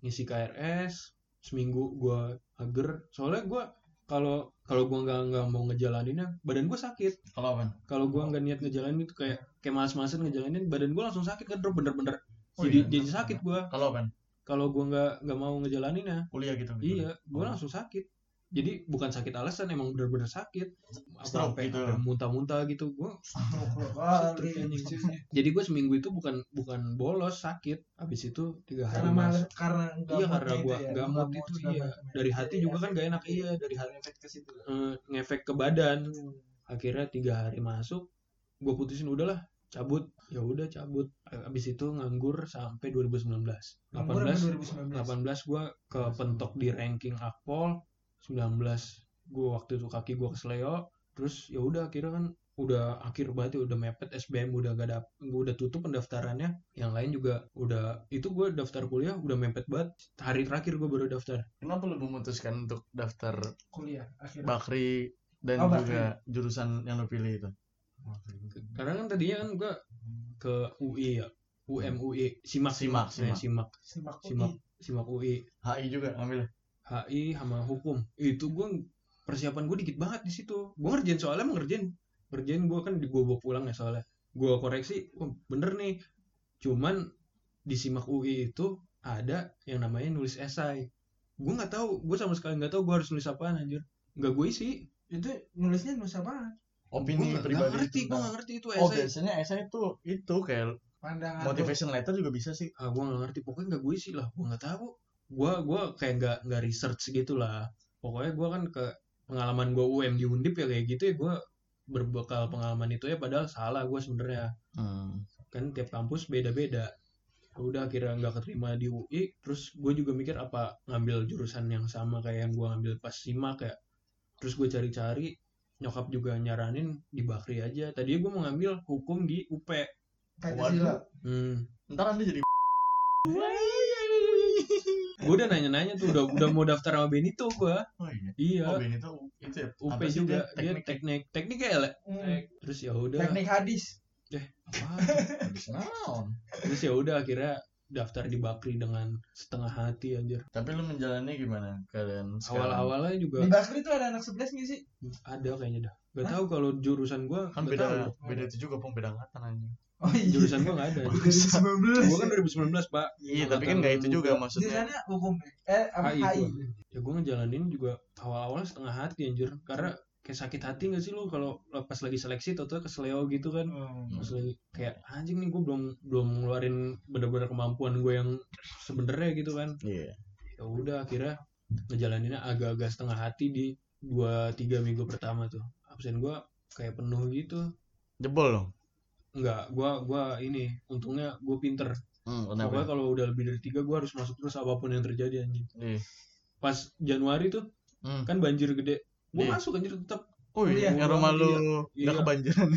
Speaker 2: ngisi KRS seminggu gua ager soalnya gua kalau kalau gua nggak nggak mau ngejalaninnya badan gua sakit
Speaker 5: kalau apa
Speaker 2: kalau gua nggak niat ngejalanin itu kayak kayak malas-malasan ngejalanin badan gua langsung sakit kan drop bener-bener
Speaker 5: Oh iya.
Speaker 2: jadi jadi sakit gua
Speaker 5: kalau apa
Speaker 2: kalau gua nggak nggak mau ngejalaninnya
Speaker 5: kuliah gitu
Speaker 2: Iya, gue langsung sakit. Jadi bukan sakit alasan, emang bener-bener sakit. Apa
Speaker 5: Stroke
Speaker 2: sampai
Speaker 5: gitu. Ah, iya,
Speaker 2: ada muntah-muntah gitu. Gua,
Speaker 4: Stroke kali.
Speaker 2: Stroke anjing. jadi gue seminggu itu bukan bukan bolos sakit. Habis itu tiga hari
Speaker 4: Karena malas
Speaker 2: masuk.
Speaker 4: karena
Speaker 2: Iya,
Speaker 4: nggak mood ya.
Speaker 2: karena gua nggak mood
Speaker 4: mood ya.
Speaker 2: itu,
Speaker 4: segala
Speaker 2: iya.
Speaker 4: macam.
Speaker 2: Dari hati
Speaker 4: Jadi
Speaker 2: juga kan
Speaker 4: efek-
Speaker 2: nggak enak, iya, dari hati.
Speaker 4: efek ke situ.
Speaker 2: Eh, ngefek ke badan.
Speaker 4: Hmm.
Speaker 2: Akhirnya tiga hari masuk. Gue putusin udahlah cabut. Ya udah cabut. Habis itu nganggur sampai 2019. 18
Speaker 4: 18
Speaker 2: 18 gue kepentok di ranking akpol 19 gue waktu itu kaki gue kesleo terus ya udah akhirnya kan udah akhir banget ya, udah mepet SBM udah gak dap gua udah tutup pendaftarannya yang lain juga udah itu gue daftar kuliah udah mepet banget hari terakhir gue baru daftar
Speaker 5: kenapa lu memutuskan untuk daftar
Speaker 4: kuliah akhirnya
Speaker 5: bakri dan
Speaker 4: Oh, Bakri.
Speaker 5: juga jurusan yang lu pilih itu
Speaker 2: karena kan tadinya kan gue ke UI ya UM UI simak
Speaker 5: Simak,
Speaker 2: simak
Speaker 5: simak.
Speaker 2: simak
Speaker 5: Oh, iya.
Speaker 2: simak,
Speaker 4: simak UI.
Speaker 2: simak UI
Speaker 5: HI juga ngambil
Speaker 2: HI E, sama hukum itu gue persiapan gue dikit banget di situ gue ngerjain soalnya emang ngerjain ngerjain gue kan di gue bawa pulang ya soalnya gue koreksi wah bener nih cuman di simak UI itu ada yang namanya nulis esai gue nggak tahu gue sama sekali nggak tahu gue harus nulis apaan anjir nggak gue isi
Speaker 4: itu nulisnya nulis apa
Speaker 5: opini
Speaker 2: Gua nggak-
Speaker 5: pribadi
Speaker 2: nggak ngerti gue
Speaker 5: tentang-
Speaker 2: nggak ngerti itu
Speaker 5: oh
Speaker 2: esai
Speaker 5: biasanya esai itu itu kayak oh,
Speaker 4: pandangan
Speaker 5: motivation letter juga bisa sih
Speaker 2: ah gue nggak ngerti pokoknya nggak gue isi lah gue nggak tahu gue gue kayak nggak nggak research gitu lah pokoknya gue kan ke pengalaman gue UM di Undip ya kayak gitu ya gue berbekal pengalaman itu ya padahal salah gue sebenarnya
Speaker 5: Hmm.
Speaker 2: kan tiap kampus beda-beda udah akhirnya nggak keterima di UI terus gue juga mikir apa ngambil jurusan yang sama kayak yang gue ngambil pas simak ya terus gue cari-cari nyokap juga nyaranin di Bakri aja tadinya gue mau ngambil hukum di UP
Speaker 4: Pancasila
Speaker 2: hmm.
Speaker 5: ntar anda jadi
Speaker 1: Gue udah nanya-nanya tuh udah udah mau daftar sama Benito gue.
Speaker 2: Oh iya.
Speaker 1: Iya.
Speaker 2: Oh, Ben itu itu ya.
Speaker 1: UP
Speaker 2: apa sih
Speaker 1: juga
Speaker 2: dia?
Speaker 1: dia
Speaker 2: Teknik.
Speaker 1: teknik teknik kayak lah.
Speaker 4: Hmm.
Speaker 1: Terus ya udah.
Speaker 4: Teknik hadis.
Speaker 1: Apaan? Habis naon. Terus ya udah akhirnya daftar di Bakri dengan setengah hati anjir.
Speaker 2: Tapi lu menjalani gimana kalian sekarang?
Speaker 1: Awal-awalnya juga
Speaker 4: Di Bakri tuh ada anak 11 gak sih?
Speaker 1: ada kayaknya dah. Gak tahu kalau jurusan gua
Speaker 2: kan
Speaker 1: nggak tahu.
Speaker 2: beda beda itu juga pom beda angkatan aja.
Speaker 4: Oh
Speaker 1: Jurusan gua gak ada. Gua kan 2019, Pak.
Speaker 2: Iya, tapi kan nggak itu juga
Speaker 4: Di
Speaker 1: Iya,
Speaker 2: maksudnya.
Speaker 4: sana hukum eh apa
Speaker 1: HI
Speaker 4: HI.
Speaker 1: gua. Ya gua ngejalanin juga awal-awalnya setengah hati anjir. Karena kayak sakit hati gak sih lu kalau pas lagi seleksi atau kesleo gitu kan. Pas lagi kayak anjing nih gua belum belum ngeluarin bener-bener kemampuan gua yang sebenarnya gitu kan.
Speaker 2: Iya.
Speaker 1: ya udah akhirnya ngejalaninnya agak-agak setengah hati di dua tiga minggu pertama tuh absen gua kayak penuh gitu
Speaker 2: Jebol dong.
Speaker 1: nggak gua gua ini untungnya gue pinter
Speaker 2: Hmm,
Speaker 1: pokoknya
Speaker 2: kenapa?
Speaker 1: kalau udah lebih dari tiga gua harus masuk terus apapun yang terjadi anjing
Speaker 2: Iya.
Speaker 1: pas Januari tuh
Speaker 2: Hmm.
Speaker 1: kan banjir gede gue
Speaker 2: Iya.
Speaker 1: masuk anjir tetap
Speaker 2: Oh iya,
Speaker 1: Iya,
Speaker 2: yang
Speaker 1: gua
Speaker 2: rumah
Speaker 1: banget, iya.
Speaker 2: lu
Speaker 1: Iya.
Speaker 2: nggak kebanjiran.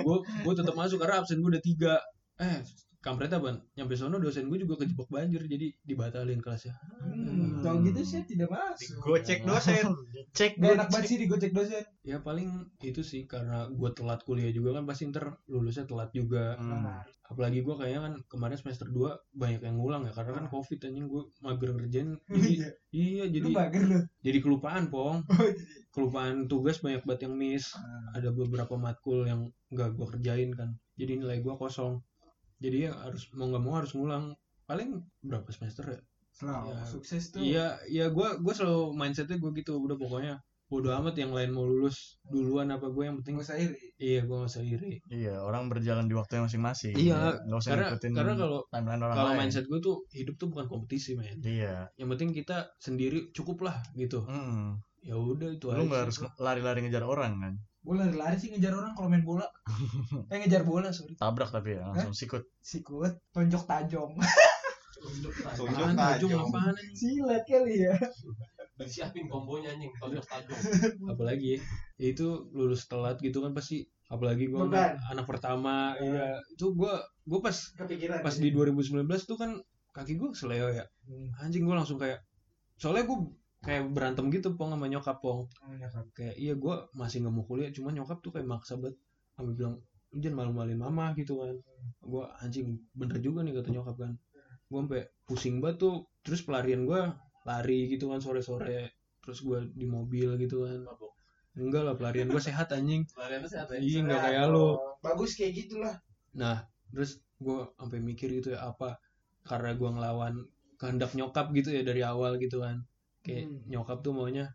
Speaker 1: gue gue tetap masuk karena absen gue udah tiga eh kampretnya ban nyampe sono dosen gue juga kejebak banjir jadi dibatalin kelasnya
Speaker 4: Hmm, kalau gitu saya tidak masuk.
Speaker 9: Gocek dosen.
Speaker 2: Cek
Speaker 4: Gak enak banget sih digocek dosen.
Speaker 1: ya paling itu sih karena gue telat kuliah juga kan pasti ntar lulusnya telat juga
Speaker 2: Hmm.
Speaker 4: Nah,
Speaker 1: apalagi gue kayaknya kan kemarin semester 2 banyak yang ngulang ya karena kan
Speaker 2: Nah.
Speaker 1: covid anjing gue mager ngerjain jadi
Speaker 4: Iya.
Speaker 1: iya jadi
Speaker 4: Lu bager lu.
Speaker 1: jadi kelupaan
Speaker 2: Oh,
Speaker 1: pong kelupaan tugas banyak banget yang miss
Speaker 2: Ah.
Speaker 1: ada beberapa matkul yang nggak gue kerjain kan jadi nilai gue kosong jadi ya harus mau nggak mau harus ngulang paling berapa semester ya
Speaker 4: Selalu
Speaker 1: Iya.
Speaker 4: sukses tuh.
Speaker 1: iya iya gue gue selalu mindsetnya gue gitu udah pokoknya bodo amat yang lain mau lulus duluan apa gue yang penting
Speaker 4: Nggak usah iri.
Speaker 1: iya gue nggak usah iri
Speaker 2: Iya, orang berjalan di waktu yang masing-masing.
Speaker 1: Iya,
Speaker 2: Nggak usah
Speaker 1: karena
Speaker 2: ngikutin
Speaker 1: karena kalau
Speaker 2: timeline orang
Speaker 1: kalau
Speaker 2: lain.
Speaker 1: mindset gue tuh hidup tuh bukan kompetisi men
Speaker 2: Iya.
Speaker 1: yang penting kita sendiri cukup lah gitu
Speaker 2: Hmm.
Speaker 1: ya udah itu
Speaker 2: Lu
Speaker 1: aja
Speaker 2: nggak
Speaker 1: sih.
Speaker 2: harus lari-lari ngejar orang kan.
Speaker 4: Gue lari-lari sih ngejar orang kalau main bola. eh ngejar bola sorry.
Speaker 2: Tabrak tapi ya, langsung sikut.
Speaker 4: Sikut, tonjok tajong.
Speaker 1: apaan tajung apaan anjing?
Speaker 4: Silat kali ya.
Speaker 6: Siapin kombonya anjing, tonjok tajung.
Speaker 1: apalagi ya ya itu lulus telat gitu kan pasti apalagi gue
Speaker 4: Beban.
Speaker 1: anak, anak pertama iya itu gue gue pas
Speaker 4: Kepikiran.
Speaker 1: pas di 2019 tuh kan kaki gue seleo ya
Speaker 4: Hmm.
Speaker 1: anjing gue langsung kayak soalnya gue kayak berantem gitu pong sama nyokap pong kayak iya gue masih nggak mau kuliah cuman nyokap tuh kayak maksa banget sampai bilang "Lu jangan malu-maluin mama gitu kan gue anjing bener juga nih kata nyokap kan gue sampai pusing banget tuh terus pelarian gue lari gitu kan sore-sore terus gue di mobil gitu kan enggak lah pelarian gue sehat anjing
Speaker 6: Lariannya sehat ya.
Speaker 1: iya nggak kayak lo
Speaker 4: Bagus kayak gitulah.
Speaker 1: nah terus gue sampai mikir gitu ya apa karena gue ngelawan kehendak nyokap gitu ya dari awal gitu kan kayak
Speaker 4: Hmm.
Speaker 1: nyokap tuh maunya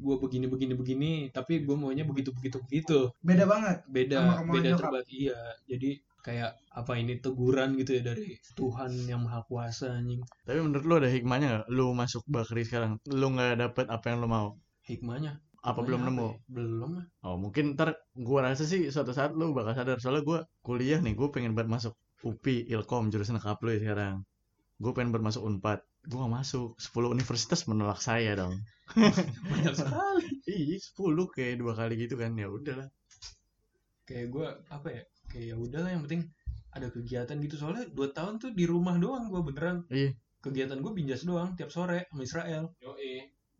Speaker 1: gue begini begini begini tapi gue maunya begitu begitu begitu
Speaker 4: Beda banget. Sama
Speaker 1: beda
Speaker 4: kemauan
Speaker 1: beda
Speaker 4: nyokap.
Speaker 1: terbaik iya jadi kayak apa ini teguran gitu ya dari Tuhan yang maha kuasa anjing
Speaker 2: Tapi menurut lu ada hikmahnya nggak? Lu masuk bakri sekarang, lu nggak dapet apa yang lu mau?
Speaker 1: hikmahnya
Speaker 2: Apa belum
Speaker 1: Hikmahnya
Speaker 2: nemu?
Speaker 1: apa ya? belum lah
Speaker 2: Oh mungkin ntar gua rasa sih suatu saat lu bakal sadar soalnya gua kuliah nih gua pengen banget masuk UPI Ilkom jurusan akap lu ya sekarang. Gua pengen banget masuk Unpad. Gua gak masuk. 10 universitas menolak saya dong.
Speaker 1: banyak sekali
Speaker 2: Ih, 10 kayak dua kali gitu kan ya udahlah.
Speaker 1: kayak gue apa ya kayak ya udahlah yang penting ada kegiatan gitu soalnya dua tahun tuh di rumah doang gue beneran
Speaker 2: Iya.
Speaker 1: kegiatan gue binjas doang tiap sore sama Israel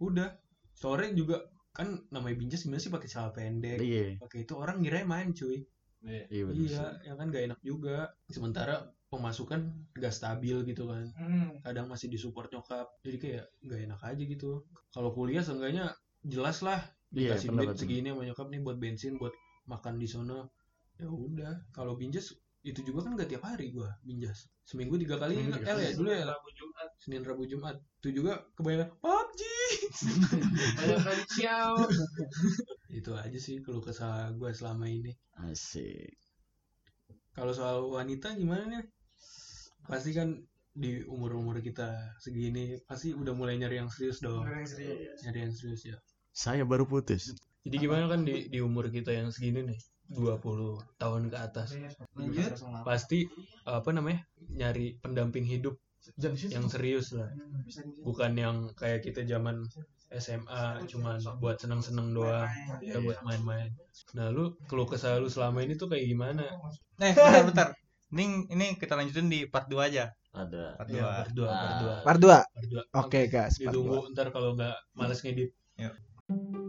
Speaker 1: udah sore juga kan namanya binjas gimana sih pakai celana pendek
Speaker 2: Iya.
Speaker 1: pakai itu orang ngira main cuy
Speaker 2: Iya bener sih.
Speaker 1: iya ya kan gak enak juga sementara pemasukan gak stabil gitu kan
Speaker 4: Hmm.
Speaker 1: kadang masih disupport nyokap jadi kayak nggak enak aja gitu kalau kuliah seenggaknya jelas lah
Speaker 2: Iya,
Speaker 1: dikasih duit
Speaker 2: pendapat gua.
Speaker 1: segini sama nyokap nih buat bensin buat makan di sana ya udah kalau binjas itu juga kan gak tiap hari gua binjas seminggu tiga kali
Speaker 2: Seminggu
Speaker 1: enak
Speaker 2: tiga
Speaker 1: L ya
Speaker 2: kali.
Speaker 1: dulu ya senin rabu jumat itu juga kebanyakan PUBG
Speaker 6: Banyak kan ciao.
Speaker 1: itu aja sih kalau kesal gua selama ini
Speaker 2: Asik.
Speaker 1: kalau soal wanita gimana nih pasti kan di umur-umur kita segini pasti udah mulai nyari yang serius dong
Speaker 4: Bener yang serius.
Speaker 1: nyari yang serius ya
Speaker 2: Saya baru putus.
Speaker 1: Jadi gimana kan di, di umur kita yang segini nih, 20 tahun ke atas.
Speaker 4: Lanjut.
Speaker 1: Pasti apa namanya? nyari pendamping hidup yang serius lah.
Speaker 4: Hmm, bisa di-
Speaker 1: Bukan yang kayak kita zaman SMA cuman buat seneng-seneng doang, ya
Speaker 4: Iya,
Speaker 1: buat main-main. Nah, lu keluh kesah lu selama ini tuh kayak gimana?
Speaker 4: Nah, bentar, bentar.
Speaker 9: Ini ini kita lanjutin di part 2 aja.
Speaker 6: ada
Speaker 9: Part
Speaker 1: Iya,
Speaker 9: dua.
Speaker 1: part dua,
Speaker 4: Ah.
Speaker 1: part dua,
Speaker 4: Part 2.
Speaker 1: part dua.
Speaker 4: Oke, guys. Part 2.
Speaker 1: Ditunggu ntar kalau nggak males ngedit.